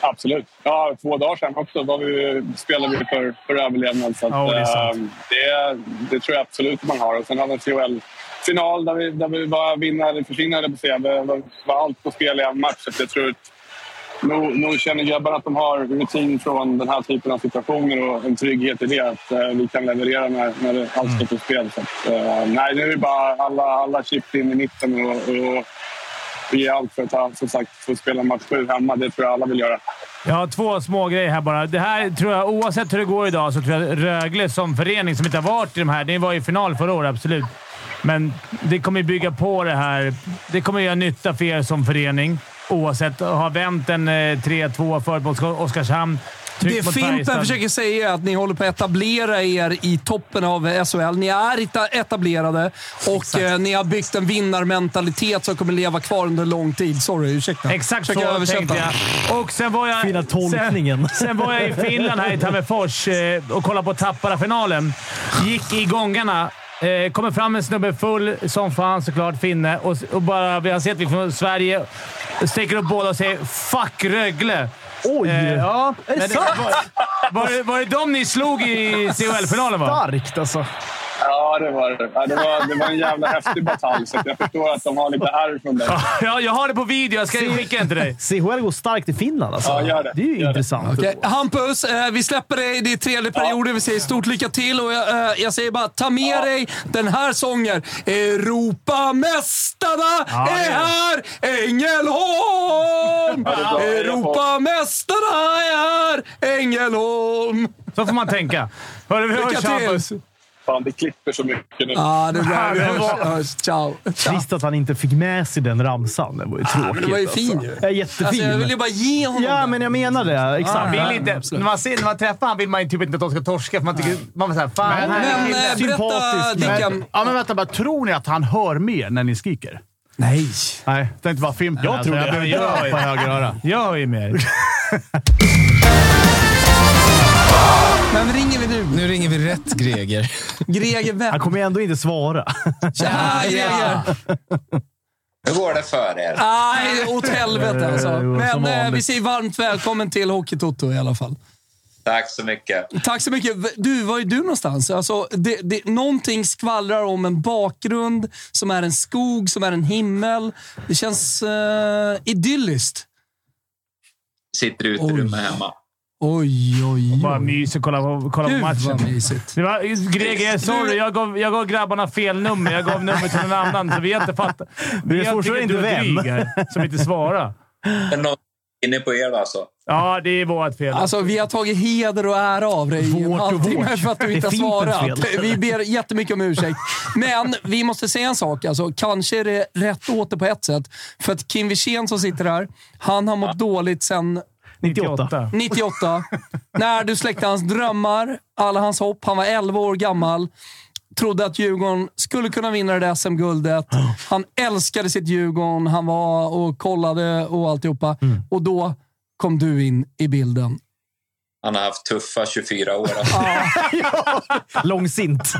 S8: Absolut. Ja, två dagar sedan också var vi, spelade vi för, för överlevnad. Så att,
S4: Ja, det är sant.
S8: eh, det, det tror jag absolut man har. Och sen hade vi CHL-final där vi, där vi var vinnare eller försvinnare, höll jag på att säga. Det var, var allt på spel i en match. Så att jag tror att nu, nu känner grabbarna att de har rutin från den här typen av situationer och en trygghet i det. Att eh, vi kan leverera när, när det-
S4: Mm.
S8: allt står på spel. Så att, eh, nej, nu är det bara alla, alla chips in i mitten och, och ge allt för att ta- som sagt, få spela match sju hemma. Det tror jag alla vill göra.
S4: Jag har två små grejer här bara. Det här tror jag, oavsett hur det går idag, så tror jag Rögle som förening, som inte har varit i de här... Ni var ju i final förra året, absolut. Men det kommer ju bygga på det här. Det kommer göra nytta för er som förening, oavsett. Ha vänt en eh, 3-2 förbåt Oskarshamn. tryck
S1: Det
S4: mot
S1: Fimpen
S4: Färjestad.
S1: försöker säga är att ni håller på att etablera er i toppen av SHL. Ni är eta- etablerade och eh, ni har byggt en vinnarmentalitet som kommer leva kvar under lång tid. Sorry, ursäkta.
S4: Exakt så
S1: Försöker översätta.
S4: tänkte jag. Och sen var jag,
S3: Fina tolkningen.
S4: Sen, sen var jag i Finland här i Tammerfors eh, och kollade på Tappara-finalen. Gick i gångarna. Eh, kommer fram en snubbe full som fan såklart, finne, och, och bara vi har sett vi från Sverige. Sträcker upp båda och säger “Fuck Rögle!”
S3: Oj!
S4: Eh, ja.
S3: Är det
S4: Men
S3: sant?
S4: Var, var, det, var det de ni slog i CHL-finalen? va?
S3: Starkt alltså.
S8: Ja, det var det. Ja, det, var, det var en jävla häftig batalj, så att jag förstår att de har lite arv från det.
S4: Ja, jag har det på video. Jag ska skicka den till dig.
S3: CHL går starkt i Finland alltså.
S8: Ja, gör det.
S3: är ju
S8: Gör det.
S3: intressant.
S1: Okej, Hampus, eh, vi släpper dig. Det är tredje perioden. Vi säger stort lycka till och jag, eh, jag säger bara ta med dig den här sången. Europamästarna är här! Ängelholm!
S8: det är bra.
S1: Europamästarna är här! Ängelholm!
S4: Så får man tänka. Hörru, vi hörs
S1: Lycka till.
S4: Hampus.
S8: Fan, det klipper så mycket nu.
S1: Ja, det är bra. Vi
S4: det
S1: hörs.
S4: var-
S1: hörs. Ciao. Ciao.
S3: Trist att han inte fick med sig den ramsan. Det
S2: Ah,
S3: var ju tråkigt.
S1: men det var ju fin ju.
S3: alltså. Ja, jättefin.
S1: Alltså, jag vill ju bara ge honom
S3: Ja,
S1: den.
S3: men jag menar det.
S2: Ah,
S4: Man
S3: Exakt.
S4: vill inte, när, man ser, när man träffar han vill man ju typ inte att de ska torska, för man tycker... Man var såhär, fan, den här
S1: Men
S4: killen-
S1: eh, berätta,
S3: Sympatisk, men-
S1: Dickan.
S2: Ja, men vänta bara. Tror ni att han hör mer när ni skriker?
S1: Nej.
S2: Nej, det är inte bara Fimpen. Jag
S4: tror det.
S2: Jag behöver göra på höger öra.
S4: Jag hör ju mer.
S1: Men ringer vi nu?
S5: Nu ringer vi rätt Greger.
S1: Greger, vem?
S3: Han kommer ju ändå inte svara.
S1: Tja, Greger!
S9: Hur går det för er?
S1: Nej, åt helvete alltså.
S3: Eh, jo, som
S1: Men eh,
S3: vanligt.
S1: vi säger varmt välkommen till Hockeytoto i alla fall.
S9: Tack så mycket.
S1: Tack så mycket. V- Du, var är du någonstans? Alltså, det, det, någonting skvallrar om en bakgrund som är en skog, som är en himmel. Det känns eh, idylliskt.
S9: Sitter ute
S1: Oj.
S9: i rummet hemma.
S1: Oj, oj,
S4: Bara
S1: oj.
S4: myser och kollar på, kolla på
S1: Gud vad
S4: matchen.
S1: mysigt.
S4: Det var, Greger, sorry. Jag gav, jag gav grabbarna fel nummer. Jag gav nummer till en annan, så vi har inte fattat.
S3: är
S4: Vi har
S3: fortfarande
S4: tycker
S3: inte
S4: du är
S3: vem.
S4: dryg här, som inte svarar.
S9: Är det någon inne på er alltså?
S4: Ja, det är vårt fel.
S1: Alltså, vi har tagit heder och ära av dig i en
S3: Vårt och
S1: halvtimme
S3: vårt.
S1: för att du
S3: Det
S1: inte har
S3: finns inte fel.
S1: svarat. Vi ber jättemycket om ursäkt. Men vi måste säga en sak. Alltså, kanske är det rätt åt det på ett sätt. För att Kim Wirsén som sitter här, han har mått dåligt sedan
S3: 98.
S1: 98. när du släckte hans drömmar, alla hans hopp. Han var 11 år gammal. Trodde att Djurgården skulle kunna vinna det där SM-guldet. Han älskade sitt Djurgården. Han var och kollade och alltihopa. Och då kom du in i bilden.
S9: Han har haft tuffa 24 år. Alltså.
S3: Långsint.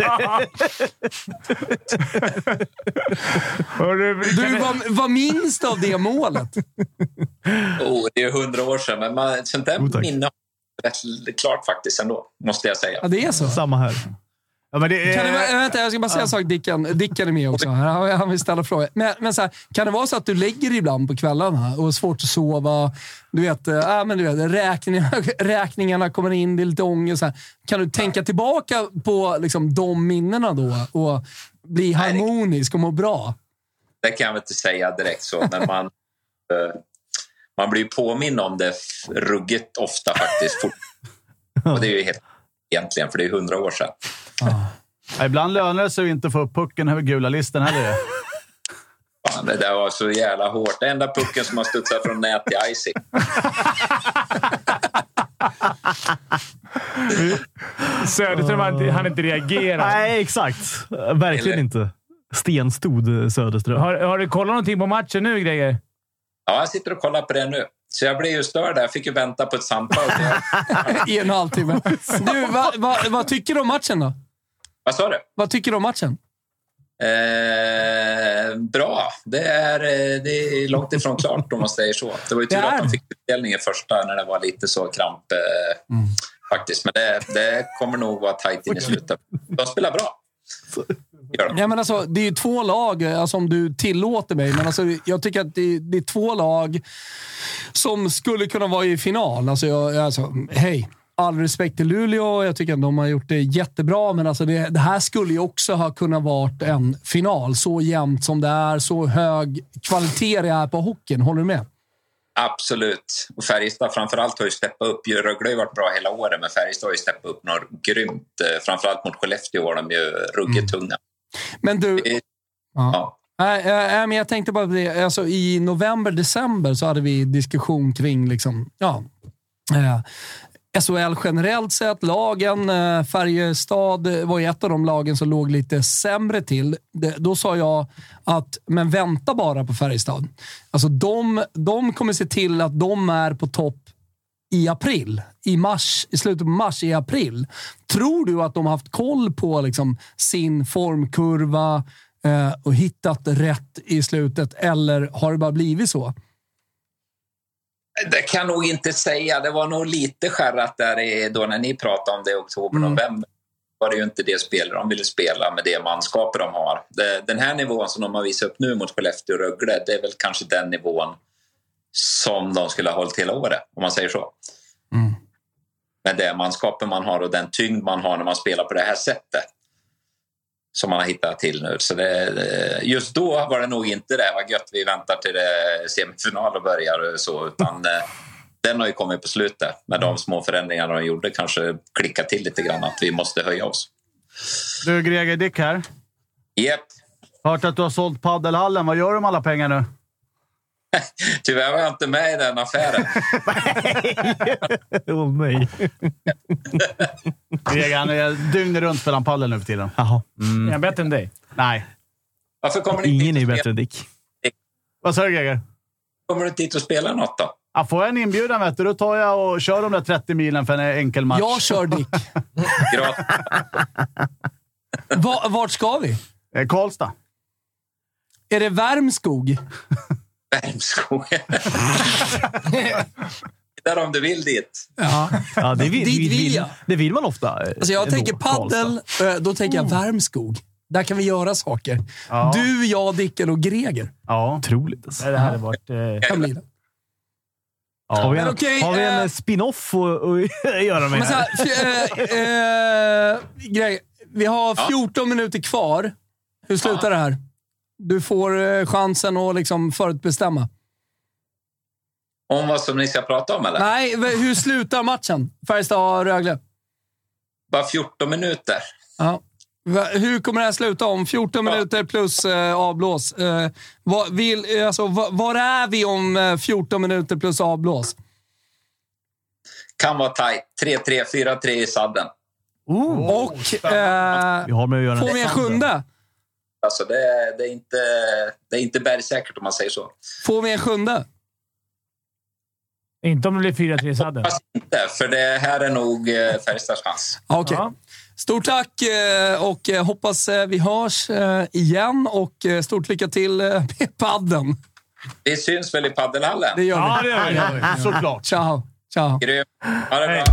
S4: Hörru, kan
S1: Du,
S4: ni-
S1: vad, vad minns du av det målet?
S9: Oh, det är hundra år sedan, men man, sånt där
S3: Jo, tack.
S9: minne har jag rätt klart faktiskt ändå, måste jag säga.
S1: Ja, det är så.
S3: Samma här.
S2: Ja, men det är...
S1: Kan det, vara- vänta, jag ska bara säga en sak. Dickan, Dickan är med också. Han han vill ställa frågor. Men, men så här, kan det vara så att du lägger dig ibland på kvällarna och har svårt att sova? Du vet, äh, men du vet räkningarna, räkningarna kommer in, det är lite ångest. Så här. Kan du tänka tillbaka på liksom, de minnena då och bli harmonisk och må bra?
S9: Det kan jag väl inte säga direkt så, men man, eh, man blir ju påminn om det f- ruggigt ofta faktiskt. Fort. Och det är ju helt egentligen, för det är hundra år sedan.
S2: Ja, Ibland lönar det sig ju inte att få upp pucken över gula listan heller.
S9: Fan, det där var så jävla hårt. Det enda pucken som har studsat från nät till icing.
S4: Söderström han inte, han inte reagerat.
S3: Nej, exakt. Verkligen
S9: Eller-
S3: inte. Stenstod eh, Söderström.
S4: Har, har du kollat någonting på matchen nu, Greger?
S9: Ja, jag sitter och kollar på det nu. Så jag blev ju störd där. Jag fick ju vänta på ett samtal.
S1: I en och en halv timme. Du, va, va, vad tycker du om matchen då?
S9: Vad sa du?
S1: Vad tycker du om matchen?
S9: Eh, bra. Det är, eh, det är långt ifrån klart om man säger så. Det var ju tur
S1: Det är
S9: att de
S1: det.
S9: fick utdelning i första när det var lite så kramp. Eh, Faktiskt, men det, det kommer nog vara tajt in i slutet. De spelar bra. Gör de.
S1: Ja, men alltså, det är ju två lag, alltså, om du tillåter mig, men alltså, jag tycker att det, det är två lag som skulle kunna vara i final. Alltså, jag, jag- alltså, hej. All respekt till Luleå. Jag tycker att de har gjort det jättebra, men alltså det, det här skulle ju också ha kunnat vara en final. Så jämnt som det är, så hög kvalitet det är på hockeyn. Håller du med?
S9: Absolut. Och Färjestad framförallt har ju steppat upp. Ju- Rögle har ju varit bra hela året, men Färjestad har ju steppat upp något grymt. Eh, Framförallt mot Skellefteå var de ju ruggigt tunga.
S1: Men du...
S9: Eh,
S1: Ja.
S9: ja.
S1: Nej, eh, eh, men jag tänkte bara på det. Alltså, I november, december så hade vi diskussion kring liksom, ja, eh, SHL generellt sett, lagen. Eh, Färjestad eh, var ju ett av de lagen som låg lite sämre till. Det, då sa jag att, men vänta bara på Färjestad. Alltså, de, de kommer se till att de är på topp i april, i mars, i slutet på mars, i april. Tror du att de har haft koll på liksom, sin formkurva eh, och hittat rätt i slutet, eller har det bara blivit så?
S9: Det kan jag nog inte säga. Det var nog lite skärrat där i, då när ni pratade om det i oktober, november. var det ju inte det spel de ville spela med det manskapet de har. Det- Den här nivån som de har visat upp nu mot Skellefteå och Rögle, det är väl kanske den nivån som de skulle ha hållit hela året, om man säger så.
S1: Mm.
S9: Med det manskapet man har och den tyngd man har när man spelar på det här sättet som man har hittat till nu. Så det, det- just då var det nog inte det. Vad gött vi väntar till det semifinalen börjar och så. Utan eh, den har ju kommit på slutet. Med de små förändringar de gjorde kanske klicka till lite grann att vi måste höja oss.
S2: Du, Greger Dick här.
S9: Japp.
S2: Hört att du har sålt paddelhallen. Vad gör du med alla pengar nu?
S9: Tyvärr var jag inte med i den affären.
S3: Åh nej.
S2: Greger, han är dygnet runt spelar han paddel nu för tiden. Mm.
S3: Jaha.
S4: Är han bättre än dig?
S2: Nej.
S9: Varför kommer du inte,
S3: Ingen
S9: hit
S3: är ju
S9: och
S3: bättre
S9: spela,
S3: än Dick.
S2: Vad sa du, Greger?
S9: kommer du inte hit och spela något då?
S2: Ja, får jag en inbjudan, vet du, då tar jag och kör de där 30 milen för en enkel match.
S1: Jag kör Dick.
S9: Gratis.
S1: Va, vart ska vi?
S2: Eh, Karlstad.
S1: Är det Värmskog?
S9: Värmskog. Där om du vill dit.
S1: Ja.
S3: Ja, det, vill,
S1: Dit
S3: det,
S1: vill
S3: vill,
S1: jag.
S3: det vill man ofta. eh,
S1: Alltså jag
S3: ändå,
S1: tänker paddel, eh, då tänker jag Värmskog. Där kan vi göra saker.
S2: Ja.
S1: Du, jag, Dicken och Greger.
S2: Ja.
S3: Otroligt. Alltså.
S4: Nej, Det hade varit... Eh,
S1: Kan bli det.
S3: Har vi
S1: Men
S3: en,
S1: okej,
S3: har vi en
S1: eh,
S3: eh, spin-off att, att göra med
S1: Men så
S3: här?
S1: här, f- Alltså, eh, eh, grej. Vi har 14 minuter kvar. Hur slutar det här? Du får eh, chansen att liksom förutbestämma.
S9: Om vad som ni ska prata om eller?
S1: Nej, v- hur slutar matchen? Färjestad-Rögle.
S9: Bara 14 minuter.
S1: Ja. Va- Hur kommer det här sluta om 14 minuter plus eh, avblås? Eh, vad, vill, eh, alltså, va- var är vi om eh, 14 minuter plus avblås?
S9: Kan vara tajt. 3-3, 4-3 i sadden.
S1: Och eh,
S3: Vi har med att göra
S1: får vi en sjunde?
S9: Alltså det, är- det, är inte, det är inte bergsäkert om man säger så.
S1: Får vi en sjunde?
S4: inte om det blir 4-3 i sadden.
S9: Fast inte, för det här är nog eh, Färjestads chans.
S1: Ja, Okej.
S4: Ja.
S1: Stort tack eh, och eh, hoppas eh, vi hörs eh, igen och eh, stort lycka till eh, med padden.
S9: Vi syns väl i paddelhallen?
S1: Det gör vi.
S4: Ja, det gör vi.
S2: Såklart.
S1: Ciao. Ciao.
S9: Grymt. Ha det bra.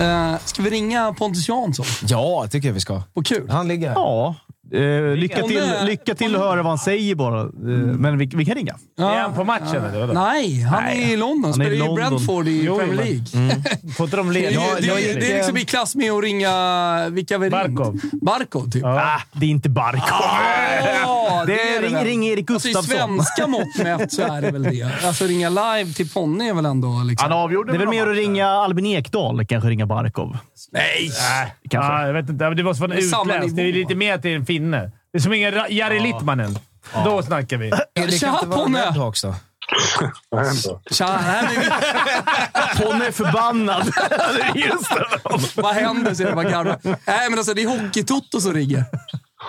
S1: Eh, Ska vi ringa Pontus Jansson?
S5: Ja, det tycker jag vi ska.
S1: På kul.
S5: Han ligger här.
S3: Ja. Eh, lycka
S1: Om Mm.
S3: till,
S1: det-
S3: lycka till att höra vad han säger bara. Eh, men vi, vi kan ringa.
S4: Är han på matchen eller? vadå?
S1: Nej, han är i London.
S3: han är i
S1: Spelar ju i
S3: London.
S1: Brentford i
S4: Jo,
S1: Premier
S4: men-
S1: League.
S4: Får inte de
S1: Det, är ju-
S4: leda?
S5: Ja,
S1: det,
S5: jag
S1: är-
S5: gick-
S1: det är liksom i klass med att ringa... Vilka vi ringt?
S4: Barkov.
S1: Barkov, typ. Ja,
S3: Ah, det är inte Barkov. det är, ring,
S1: väl.
S3: ring Erik
S1: Alltså, I
S3: Gustafsson.
S1: svenska mått mätt så är det väl det. Alltså ringa live till Ponne är väl ändå... Liksom.
S2: Han avgjorde
S3: det är väl
S2: någon
S3: mer att
S2: match.
S3: ringa Albin Ekdal kanske ringa Barkov.
S4: Nej,
S3: kanske.
S4: Ja, Ah, jag vet inte. Det måste vara en
S1: Det är samma
S4: utländsk. Det är
S1: nivå.
S4: lite mer till en finne. Det är som ingen Ra- Jari Litmanen. Då snackar vi.
S5: Det kan
S1: Tja,
S5: inte vara
S1: Ponne!
S5: Red Hawks då?
S1: Tja, här är-
S3: Ponny är förbannad. Just det.
S1: vad händer? Säger de bara gamla. Nej, men alltså det är Hockeytotto som ringer.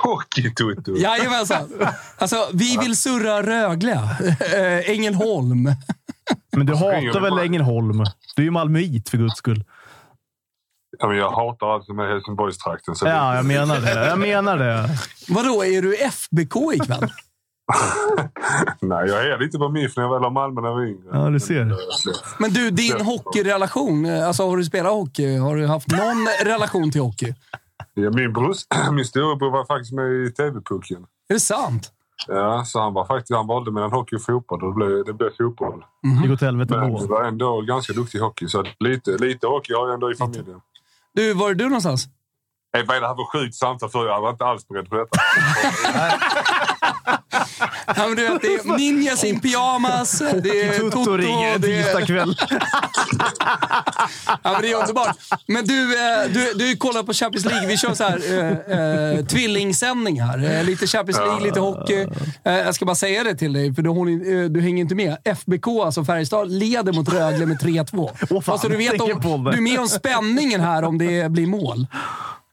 S10: Hockeytuttu.
S1: Jajamensan. Alltså, vi vill surra Rögle. Eh, Ängelholm.
S3: Men du
S10: ringer
S3: hatar
S10: vi
S3: väl
S10: bara.
S3: Ängelholm? Du är ju malmöit för guds skull.
S10: Ja, men jag hatar allt som är Helsingborgstrakten. Så
S3: Ja, jag menar det. Jag menar det.
S1: Vadå, är du FBK ikväll?
S10: det, nej, jag hejade inte på MIF när jag väl var Malmö när jag var yngre.
S3: Ja, du ser.
S1: Men du, din hockeyrelation. eh, Alltså, har du spelat hockey? Har du haft någon relation till hockey?
S10: Ja, min brors, min storebror var faktiskt med i TV-pucken.
S1: Är det sant?
S10: Ja, så han, var faktiskt, han valde mellan hockey och fotboll och det blev, det blev fotboll.
S3: Det går till helvete
S10: Men det
S3: då.
S10: var ändå ganska duktig i hockey, så lite, lite hockey har jag ändå i familjen.
S1: Du, var är du någonstans?
S10: Hey, vad är det här för sjukt samtal? För jag var inte alls beredd på detta.
S1: Ja, men du vet, det är ninjas in pyjamas. Det är
S3: Toto
S1: Toto.
S3: ringer
S1: Det är,
S3: tisdag kväll.
S1: ja, men det är underbart. Men du, eh, du, du kollar på Champions League. Vi kör så här eh, eh, tvillingsändning här. Eh, lite Champions League, lite hockey. Eh, jag ska bara säga det till dig, för du, håller, eh, du hänger inte med. FBK, alltså Färjestad, leder mot Rögle med 3-2.
S3: Åh, fan,
S1: alltså, du, vet
S3: tänker på
S1: om,
S3: det.
S1: du är med om spänningen här om det blir mål.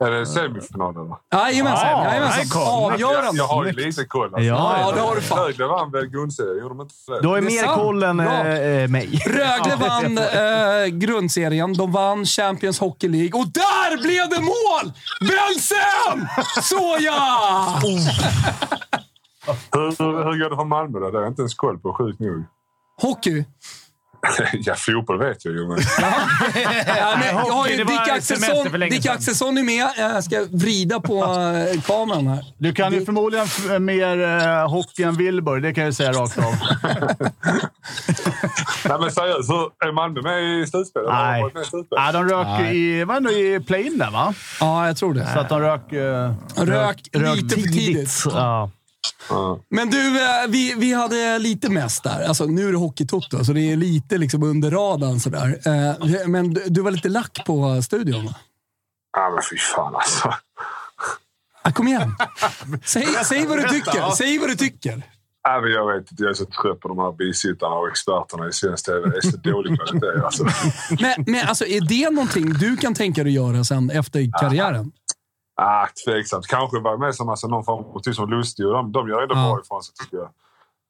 S10: Är det semifinalerna?
S1: Jajamensan.
S3: Ah,
S4: Ja,
S1: Jajamensan.
S4: det är coolt.
S10: Jag,
S1: Avgörande.
S10: jag har ju lite koll. Alltså.
S3: Ja,
S1: Ja, det har du fan.
S10: Rögle vann väl grundserien? Gjorde de inte det?
S3: Du har ju
S1: Det är
S3: mer
S1: sant.
S3: koll än
S1: Bra.
S3: eh, eh, mig.
S1: Rögle vann eh, grundserien. De vann Champions Hockey League. Och där blev det mål! Bensen! Såja!
S10: Hur, hur går det för Malmö då? Det har jag inte ens koll på, sjukt nog.
S1: Hockey?
S10: ja, fotboll vet jag ju, men...
S1: Ja, men, jag har
S4: hockey,
S1: ju
S4: det var
S1: Dick
S4: semester för
S1: Axelsson.
S4: länge
S1: Dick
S4: sedan.
S1: Axelsson är med. Jag ska vrida på eh, kameran här.
S2: Du kan ju förmodligen f- mer eh, hockey än Wilbur. Det kan jag ju säga rakt av.
S10: Nej, men seriöst. hur- Är Malmö med i slutspelet? Har de
S2: Nej.
S10: varit med i slutspelet?
S2: Ja, de rök ju i, var ändå i play-in där, va?
S1: Ja, jag tror det.
S2: Så att de rök... eh,
S1: Rök,
S3: Rök
S1: lite för tidigt.
S3: Ja.
S1: Men du, eh, vi, vi hade lite mest där. Alltså, nu är det Hockeytoto, så det är lite liksom under radarn sådär. Eh, Men du, du var lite lack på studion, va?
S10: Ja, men fy fan alltså.
S1: Ah, kom igen. Säg, säg vad du tycker. Säg vad du tycker.
S10: Ja, men jag vet inte. Jag är så trött på de här bisittarna och experterna i svensk TV. Det är så dålig kvalitet alltså.
S1: Men, men alltså, är det någonting du kan tänka dig göra sen efter karriären?
S10: Ah, tveksamt. Kanske vara med som alltså, någon form av typ som Lustig. och De, de gör ändå
S1: Ja.
S10: bra ifrån sig tycker jag.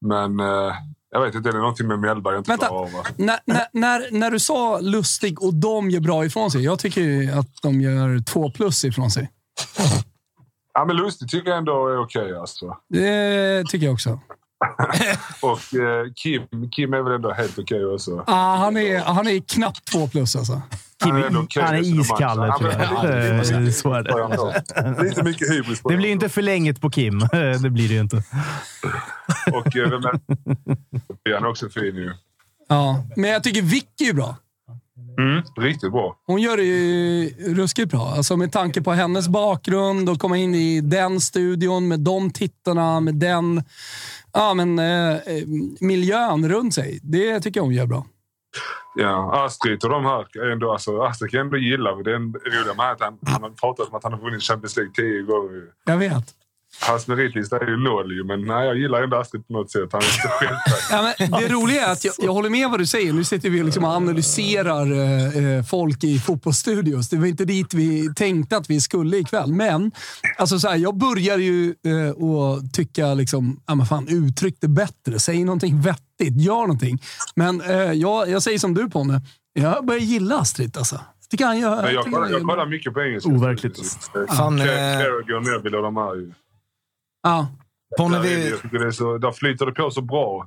S10: Men eh, jag vet inte. Det är någonting med Mjällberg jag inte
S1: Vänta.
S10: klarar av. va?
S1: När, när, när, när du sa lustig och de gör bra ifrån sig. Jag tycker ju att de gör två plus ifrån sig.
S10: Ja, men Lustig tycker jag ändå är okej alltså.
S1: Det tycker jag också.
S10: Och eh, Kim, Kim är väl ändå helt okej också.
S1: Ah, han, är, han är knappt två plus alltså.
S10: Han är, ändå okej
S3: Han är
S10: resonemang.
S3: iskall,
S10: Ja, men
S3: tyvärr.
S10: lite-
S3: Eh, Så är det.
S10: Lite mycket hybris på
S3: Det
S10: den.
S3: blir ju inte förlänget på Kim. Eh, Det blir det ju inte.
S10: Och eh, vem är... Han är också fin ju.
S1: Ja. Men jag tycker Vicky är bra.
S10: Riktigt bra.
S1: Hon gör det ju ruskigt bra. Alltså med tanke på hennes bakgrund och komma in i den studion med de tittarna, med den ja, men, eh, eh, miljön runt sig. Det tycker jag hon gör bra.
S10: Ja, Astrid och de här. är Ändå, alltså, Astrid kan jag ändå gilla. för Det är en roliga med att han, han har pratat om att han har vunnit Champions League tio gånger. ju.
S1: Jag vet.
S10: Hans meritlista är ju noll, ju, men nej, jag gillar ändå Astrid på något sätt. Han är så självsäker.
S1: Ja, men det roliga är att jag, jag håller med vad du säger. Nu sitter vi liksom och analyserar eh, eh, folk i fotbollsstudios. Det var inte dit vi tänkte att vi skulle ikväll. Men alltså så här, jag börjar ju eh, att tycka liksom, ja, men fan, uttryck det bättre. Säg någonting vettigt. Gör någonting. Men eh, jag, jag säger som du Ponne. Jag börjar gilla Astrid alltså. Jag tycker han gör...
S10: Men jag
S1: tycker han
S10: kollar, jag
S1: gör-
S10: kollar mycket på engelska.
S3: Overkligt.
S10: Fan,
S5: Fan, eh,
S10: Kerrigan, Neville och de här. ju.
S1: Ja.
S5: Ponne,
S10: Där, är,
S5: vi,
S10: jag tycker det är så, där flyter det på så bra.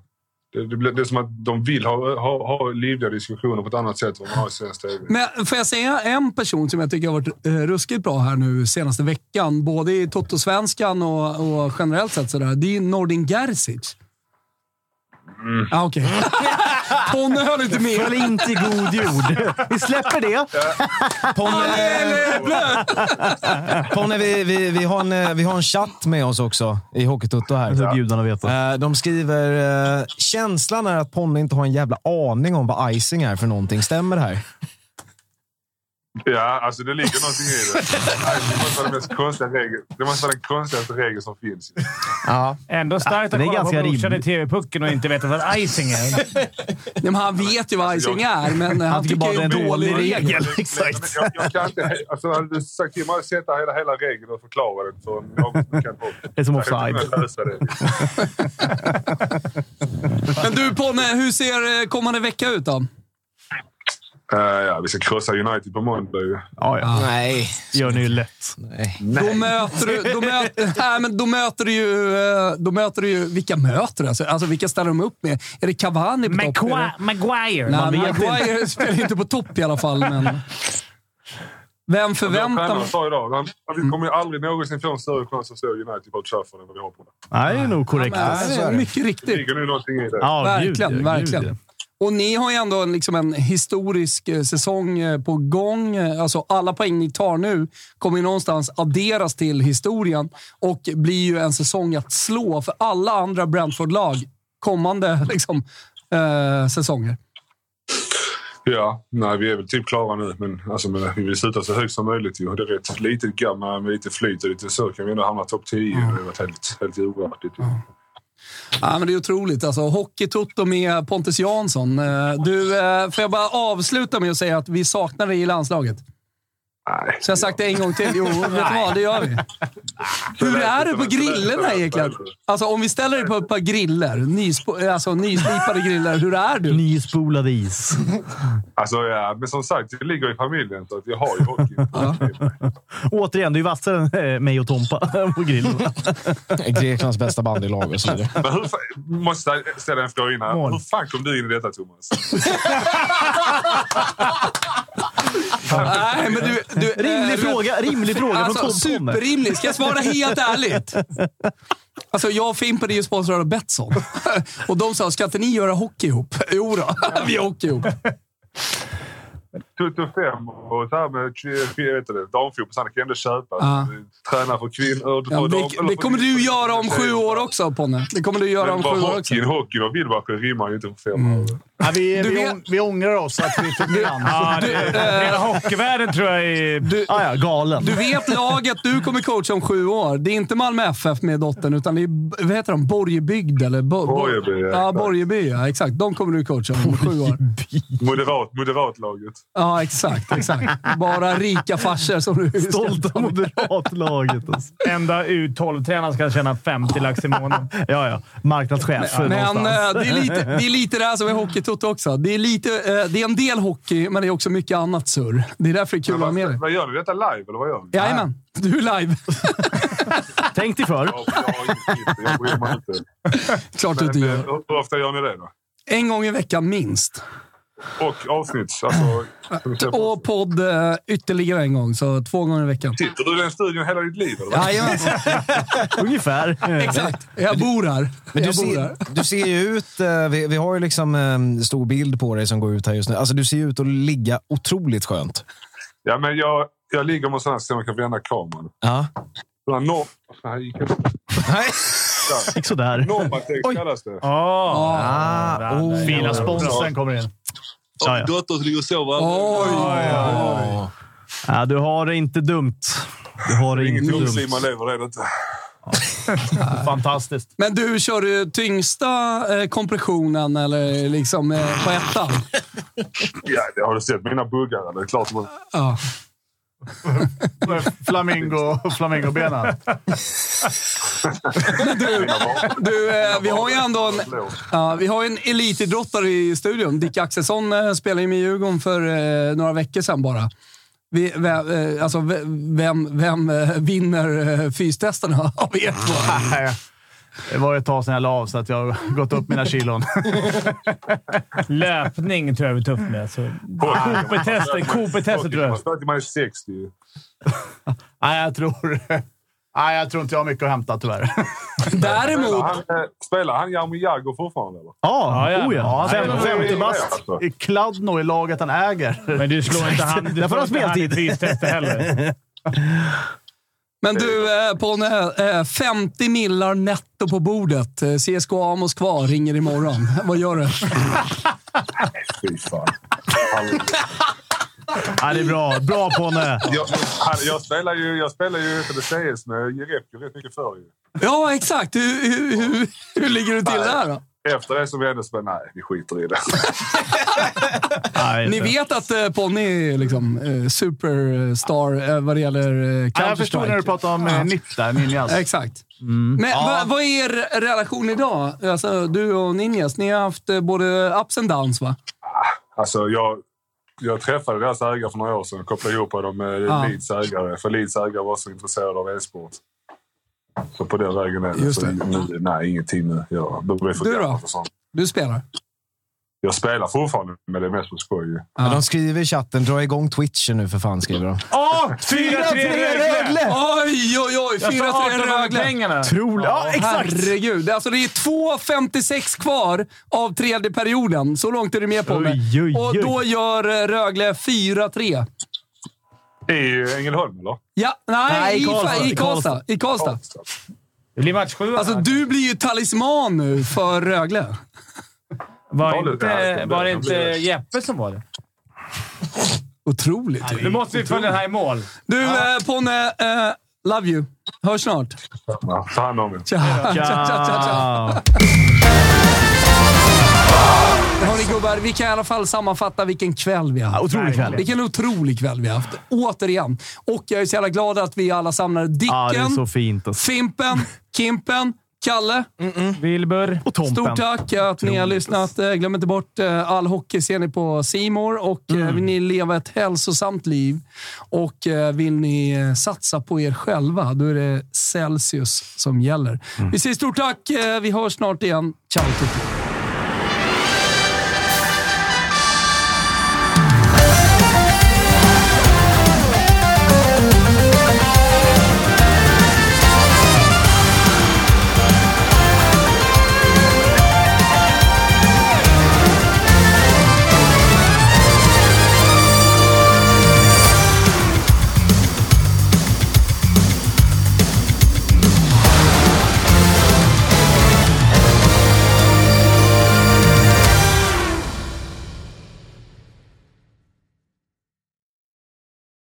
S10: Det, det, blir- det är som att de vill ha, ha, ha livliga diskussioner på ett annat sätt än vad man har i svensk TV.
S1: Men får jag säga en person som jag tycker har varit eh, ruskigt bra här nu senaste veckan, både i Toto-svenskan och, och generellt sett sådär, det är Nordin Gerzic.
S3: Mm.
S1: Ah, Okej. Ponne höll inte med.
S3: Väl inte i god jord. Vi släpper det.
S5: Ponne,
S1: Jävlar!
S5: Ponne vi, vi, vi, har en, eh, vi har en chatt med oss också i Hockeytutto här.
S3: Så gudarna vet det.
S5: Eh, De skriver eh, “Känslan är att Ponne inte har en jävla aning om vad icing är för någonting. Stämmer det här?”
S10: Ja, alltså det ligger någonting i det. Nej, Det måste vara den mest konstiga regeln. Det måste vara den konstigaste regeln som finns.
S5: Ja.
S4: Ändå starkt
S3: den är
S4: att kolla på
S3: ganska
S4: brorsan i
S3: rimlig.
S4: TV-pucken och inte veta vad icing är.
S1: Nej, men han vet ju vad icing är, men eh, han
S3: Alltså, tycker
S1: tycker
S3: bara
S1: ju
S3: det är en
S1: dålig
S3: dålig
S1: regel.
S3: regel. Exakt.
S10: Jag, jag kan inte... Alltså, hade du sagt till mig att sätta hela, hela regeln och förklara den för någon som kan folk.
S3: Det är som
S10: Jag hade inte
S3: offside.
S10: kunnat lösa det.
S1: Men du Ponne, hur ser eh, kommande vecka ut då?
S10: Eh, ja, vi ska krossa United på måndag ju.
S3: Ja, ja.
S5: Nej.
S3: gör ni ju lätt.
S1: Då möter, du, då, möter, nej, men då möter du ju... eh, Då möter du ju vilka möter du? Alltså, alltså, vilka ställer de upp med? Är det Cavani på topp? Är det-
S4: Maguire. Maguire.
S1: Nej,
S4: Man vet inte.
S1: Maguire spelar inte på topp i alla fall. Men... Vem förväntar
S10: Tränaren
S1: man
S10: sa idag att vi kommer ju aldrig någonsin få en större chans att slå United på Old Trafford än vad vi har på det.
S3: Nej, det är nog korrekt.
S1: Ja, men,
S5: så är det.
S1: Mycket
S10: Det
S1: riktigt.
S10: ligger nu någonting i det.
S3: Ja, gud,
S1: verkligen,
S3: ja, gud,
S1: verkligen.
S3: ja.
S1: Och ni har ju ändå en, liksom en historisk eh, säsong eh, på gång. Eh, Alltså alla poäng ni tar nu kommer ju någonstans adderas till historien och blir ju en säsong att slå för alla andra Brentford-lag kommande liksom, eh, säsonger.
S10: Ja, nej, vi är väl typ klara nu, men, alltså, men vi vill sluta så högt som möjligt. Ju. Och Det är rätt litet gammal med lite flyt och lite så kan vi ändå hamna topp 10. Det har varit helt, helt ovärdigt. ju.
S1: Ja, men det är otroligt. Alltså, Hockeytotto med Pontus Jansson. Eh, Du, eh, får jag bara avsluta med att säga att vi saknar dig i landslaget?
S10: Nej.
S1: Så jag har sagt det en gång till. Jo, vet du vad? Det gör vi. Hur är det på grillorna egentligen? Alltså, om vi ställer dig på ett par griller, nyspo, alltså, nyslipade griller, hur är du?
S3: Nyspolad is.
S10: Alltså, ja, men som sagt, det ligger i familjen. Så att jag har ju hockey.
S3: Återigen, du är ju vassare än eh, mig och Tompa på grillen.
S5: Greklands bästa bandylag och så vidare.
S10: men hur fan, måste jag ställa en fråga innan.
S3: Mål.
S10: Hur fan kom du in i detta, Thomas?
S1: Nej, men du, du, eh,
S3: Rimlig
S1: du-
S3: fråga, rimlig fråga
S1: Alltså,
S3: från Tom. Ponne.
S1: superrimlig. Ska jag svara helt ärligt? Alltså, jag och Fimpen är ju sponsrade av Betsson. Och de sa, ska inte ni göra hockey ihop? Jo då, vi gör hockey ihop.
S10: Tutto 5 och så här med k- jag vet inte, damfotboll. så här, Det kan ändå köpa.
S1: Ja.
S10: Träna för kvinnor.
S1: Ja,
S10: för dam-
S1: det,
S10: eller
S1: det
S10: för-
S1: kommer du göra om sju år också, Ponne. Det kommer du göra
S10: Men
S1: om
S10: bara
S1: sju år också.
S10: hockeyn, hockeyn och Wilbacher rimmar ju inte på fem
S1: Mm.
S10: år.
S2: Ja, vi,
S1: Du
S2: vi,
S1: vet-
S2: ång- vi ångrar oss att vi tog med han.
S4: Ja, det, hela hockeyvärlden tror jag är...
S3: Ah, ja, galen.
S1: eh, Du vet laget du kommer coacha om sju år. Det är inte Malmö FF med dottern, utan det är vad heter de? Borgebygd. Eller Bo- Bo-
S10: Borgeby, ja,
S1: Ja,
S10: exakt.
S1: Borgeby. Ja, exakt. De kommer du coacha om sju år.
S10: Moderat, moderatlaget.
S1: Ja, exakt. exakt. Bara rika farsor som du
S3: Stolta moderatlaget. Alltså.
S4: Enda U12-tränaren ska tjäna 50 lax i månaden.
S3: Ja, ja. Marknadschef
S1: Men eh,
S3: någonstans.
S1: det är lite det, är lite det här som är hockeytotto också. Det är, lite, eh, det är en del hockey, men det är också mycket annat surr. Det är därför det är kul att ha med dig.
S10: Vad gör ni? Detta live, eller vad gör ni?
S1: Jajamän, du är live.
S3: Tänk dig för.
S10: Jag, jag har inget filter, jag bryr mig inte.
S1: Klart du inte
S10: Men, eh,
S1: gör.
S10: hur- hur ofta gör ni det då?
S1: En gång i veckan minst.
S10: Och avsnitt. Alltså,
S1: Och podd eh, ytterligare en gång, så två gånger i veckan.
S5: Typ.
S10: sitter du i den studion hela ditt liv? Eller? vad?
S1: Jajamän.
S3: Ungefär.
S1: Exakt. Jag bor här.
S5: Men du,
S1: jag bor
S5: ser,
S1: här.
S5: du ser ju ut, eh, vi, vi har ju liksom en stor bild på dig som går ut här just nu. Alltså du ser ju ut att ligga otroligt skönt.
S10: Ja, men jag, jag ligger någonstans där man kan vända kameran.
S5: Ja.
S10: Sådana norm... vad fan, gick jag-
S5: Nej.
S3: Gick sådär.
S10: Normatex kallas det.
S4: Oh,
S5: Ah, oh.
S2: Fina sponsorn kommer in.
S3: Ja, ja.
S10: dotter ligger och sover.
S1: Oj!
S3: Ja, du har det inte dumt. Du har det inte
S10: Inget
S3: dumt.
S10: oxlim man lever är det inte.
S2: Fantastiskt.
S1: Men du, kör du tyngsta eh, kompressionen eller liksom eh, på ettan?
S10: Ja, det har du sett mina buggar? eller? Det är klart man...
S1: Ja.
S2: Flamingo, flamingobenen.
S1: Du, eh, vi har ju ändå en, ja, vi har ju en elitidrottare i studion. Dick Axelsson eh, spelade ju med Djurgården för eh, några veckor sedan bara. Vi, vem, eh, alltså, ve- vem, vem eh, vinner eh, fystesterna av er två?
S2: Nej, Det var ett tag sedan jag la av, så att jag har gått upp mina kilon.
S4: Löpning tror jag vi är tufft med. Så. Ah, Cooper-testet Cooper-testet tror jag.
S10: Spöket man är 60. ju.
S2: Nej, jag tror... Nej, jag tror inte jag har mycket att hämta tyvärr.
S10: Spelar
S1: Däremot,
S10: han, eh, spelar han Jarmo Jagr fortfarande? Eller?
S3: Ja,
S4: ja.
S3: oh ja.
S2: Ja,
S3: Fem-
S2: det var-
S3: 50 bast.
S10: Alltså.
S2: I Kladno i laget han äger.
S4: Men du slår inte han, du
S3: Där får
S4: slår inte
S3: han
S4: han i
S3: speltid.
S4: fystester heller.
S1: men du, eh, på en, eh, 50 millar netto på bordet. Eh, CSKA Moskva ringer imorgon. Vad gör du?
S10: Fy fan.
S3: Ja, det är bra. Bra Ponne!
S10: Jag, jag, jag spelar ju, jag spelar ju inte det CS, men jag rep ju rätt mycket förr. ju.
S1: Ja, exakt. Hur, hur, hur, hur ligger du till där då?
S10: Efter det så blev det så bara, nej, vi skiter i det.
S3: Nej,
S1: Ni vet att eh, Ponny är liksom, eh, superstar eh, vad det gäller eh,
S2: Ja, jag förstod när du Mm.
S1: Counter-Strike.
S2: pratade om eh, Ninjas. Ninjas.
S1: Exakt. Men vad, vad är er relation idag? Alltså, du och Ninjas, ni har haft eh, både ups and downs va?
S10: Alltså, jag, jag träffade deras ägare för några år sedan och kopplade ihop dem med
S1: Ja.
S10: Leeds ägare. För Leeds ägare var så intresserad av e-sport. Så på den vägen är det.
S1: Just
S10: Så
S1: det.
S10: Nu, nej, ingenting nu. Jag börjar för
S1: Du då?
S10: gammal för sånt.
S1: Du spelar?
S10: Jag spelar fortfarande, men det är mest på skoj. ju.
S5: Men de skriver i chatten, dra igång Twitchen nu för fan, skriver de.
S4: Åh! 4-3 Rögle!
S1: Oj, oj, oj!
S4: Jag sa
S1: 4-3
S4: 18 av
S1: Rögle.
S4: pengarna.
S3: Otroligt. Ja, exakt!
S1: Herregud. Alltså det är 2.56 kvar av tredje perioden. Så långt är du med på mig.
S3: Oj, oj,
S1: Och
S3: oj.
S1: då gör eh, Rögle 4-3.
S10: I Ängelholm, eller?
S1: Ja, nej,
S3: Nej,
S1: i,
S3: Karlstad.
S1: Karlstad. I, Karlstad. I Karlstad.
S4: Det blir match sju.
S1: Alltså, du blir ju talisman nu för Rögle.
S4: var,
S10: Ja, det-
S4: inte,
S10: det-
S4: var det
S10: det-
S4: inte
S10: det-
S4: Jeppe som var det?
S1: Otroligt.
S4: Nu måste vi följa den här i mål.
S1: Du, eh, Ponne. Eh, love you. Hörs snart.
S10: Ja, ta hand om er.
S1: Tja, tja, tja, tja, tja. Hörni gubbar, vi kan i alla fall sammanfatta vilken kväll vi har haft.
S3: Otrolig kväll.
S1: Vilken otrolig kväll vi har haft. Återigen. Och jag är så jävla glad att vi alla samlade Dicken,
S3: Ja, det är så fint. alltså.
S1: Fimpen, Kimpen, Kalle.
S4: Wilbur.
S3: Och Tompen.
S1: Stort tack att ni har lyssnat. Eh, Glöm inte bort eh, all hockey ser ni på Simor och eh,
S3: Mm.
S1: vill ni leva ett hälsosamt liv och eh, vill ni eh, satsa på er själva, då är
S3: Mm.
S1: det Celsius som gäller. Vi säger stort tack. Eh, Vi hörs snart igen. Ciao tutti!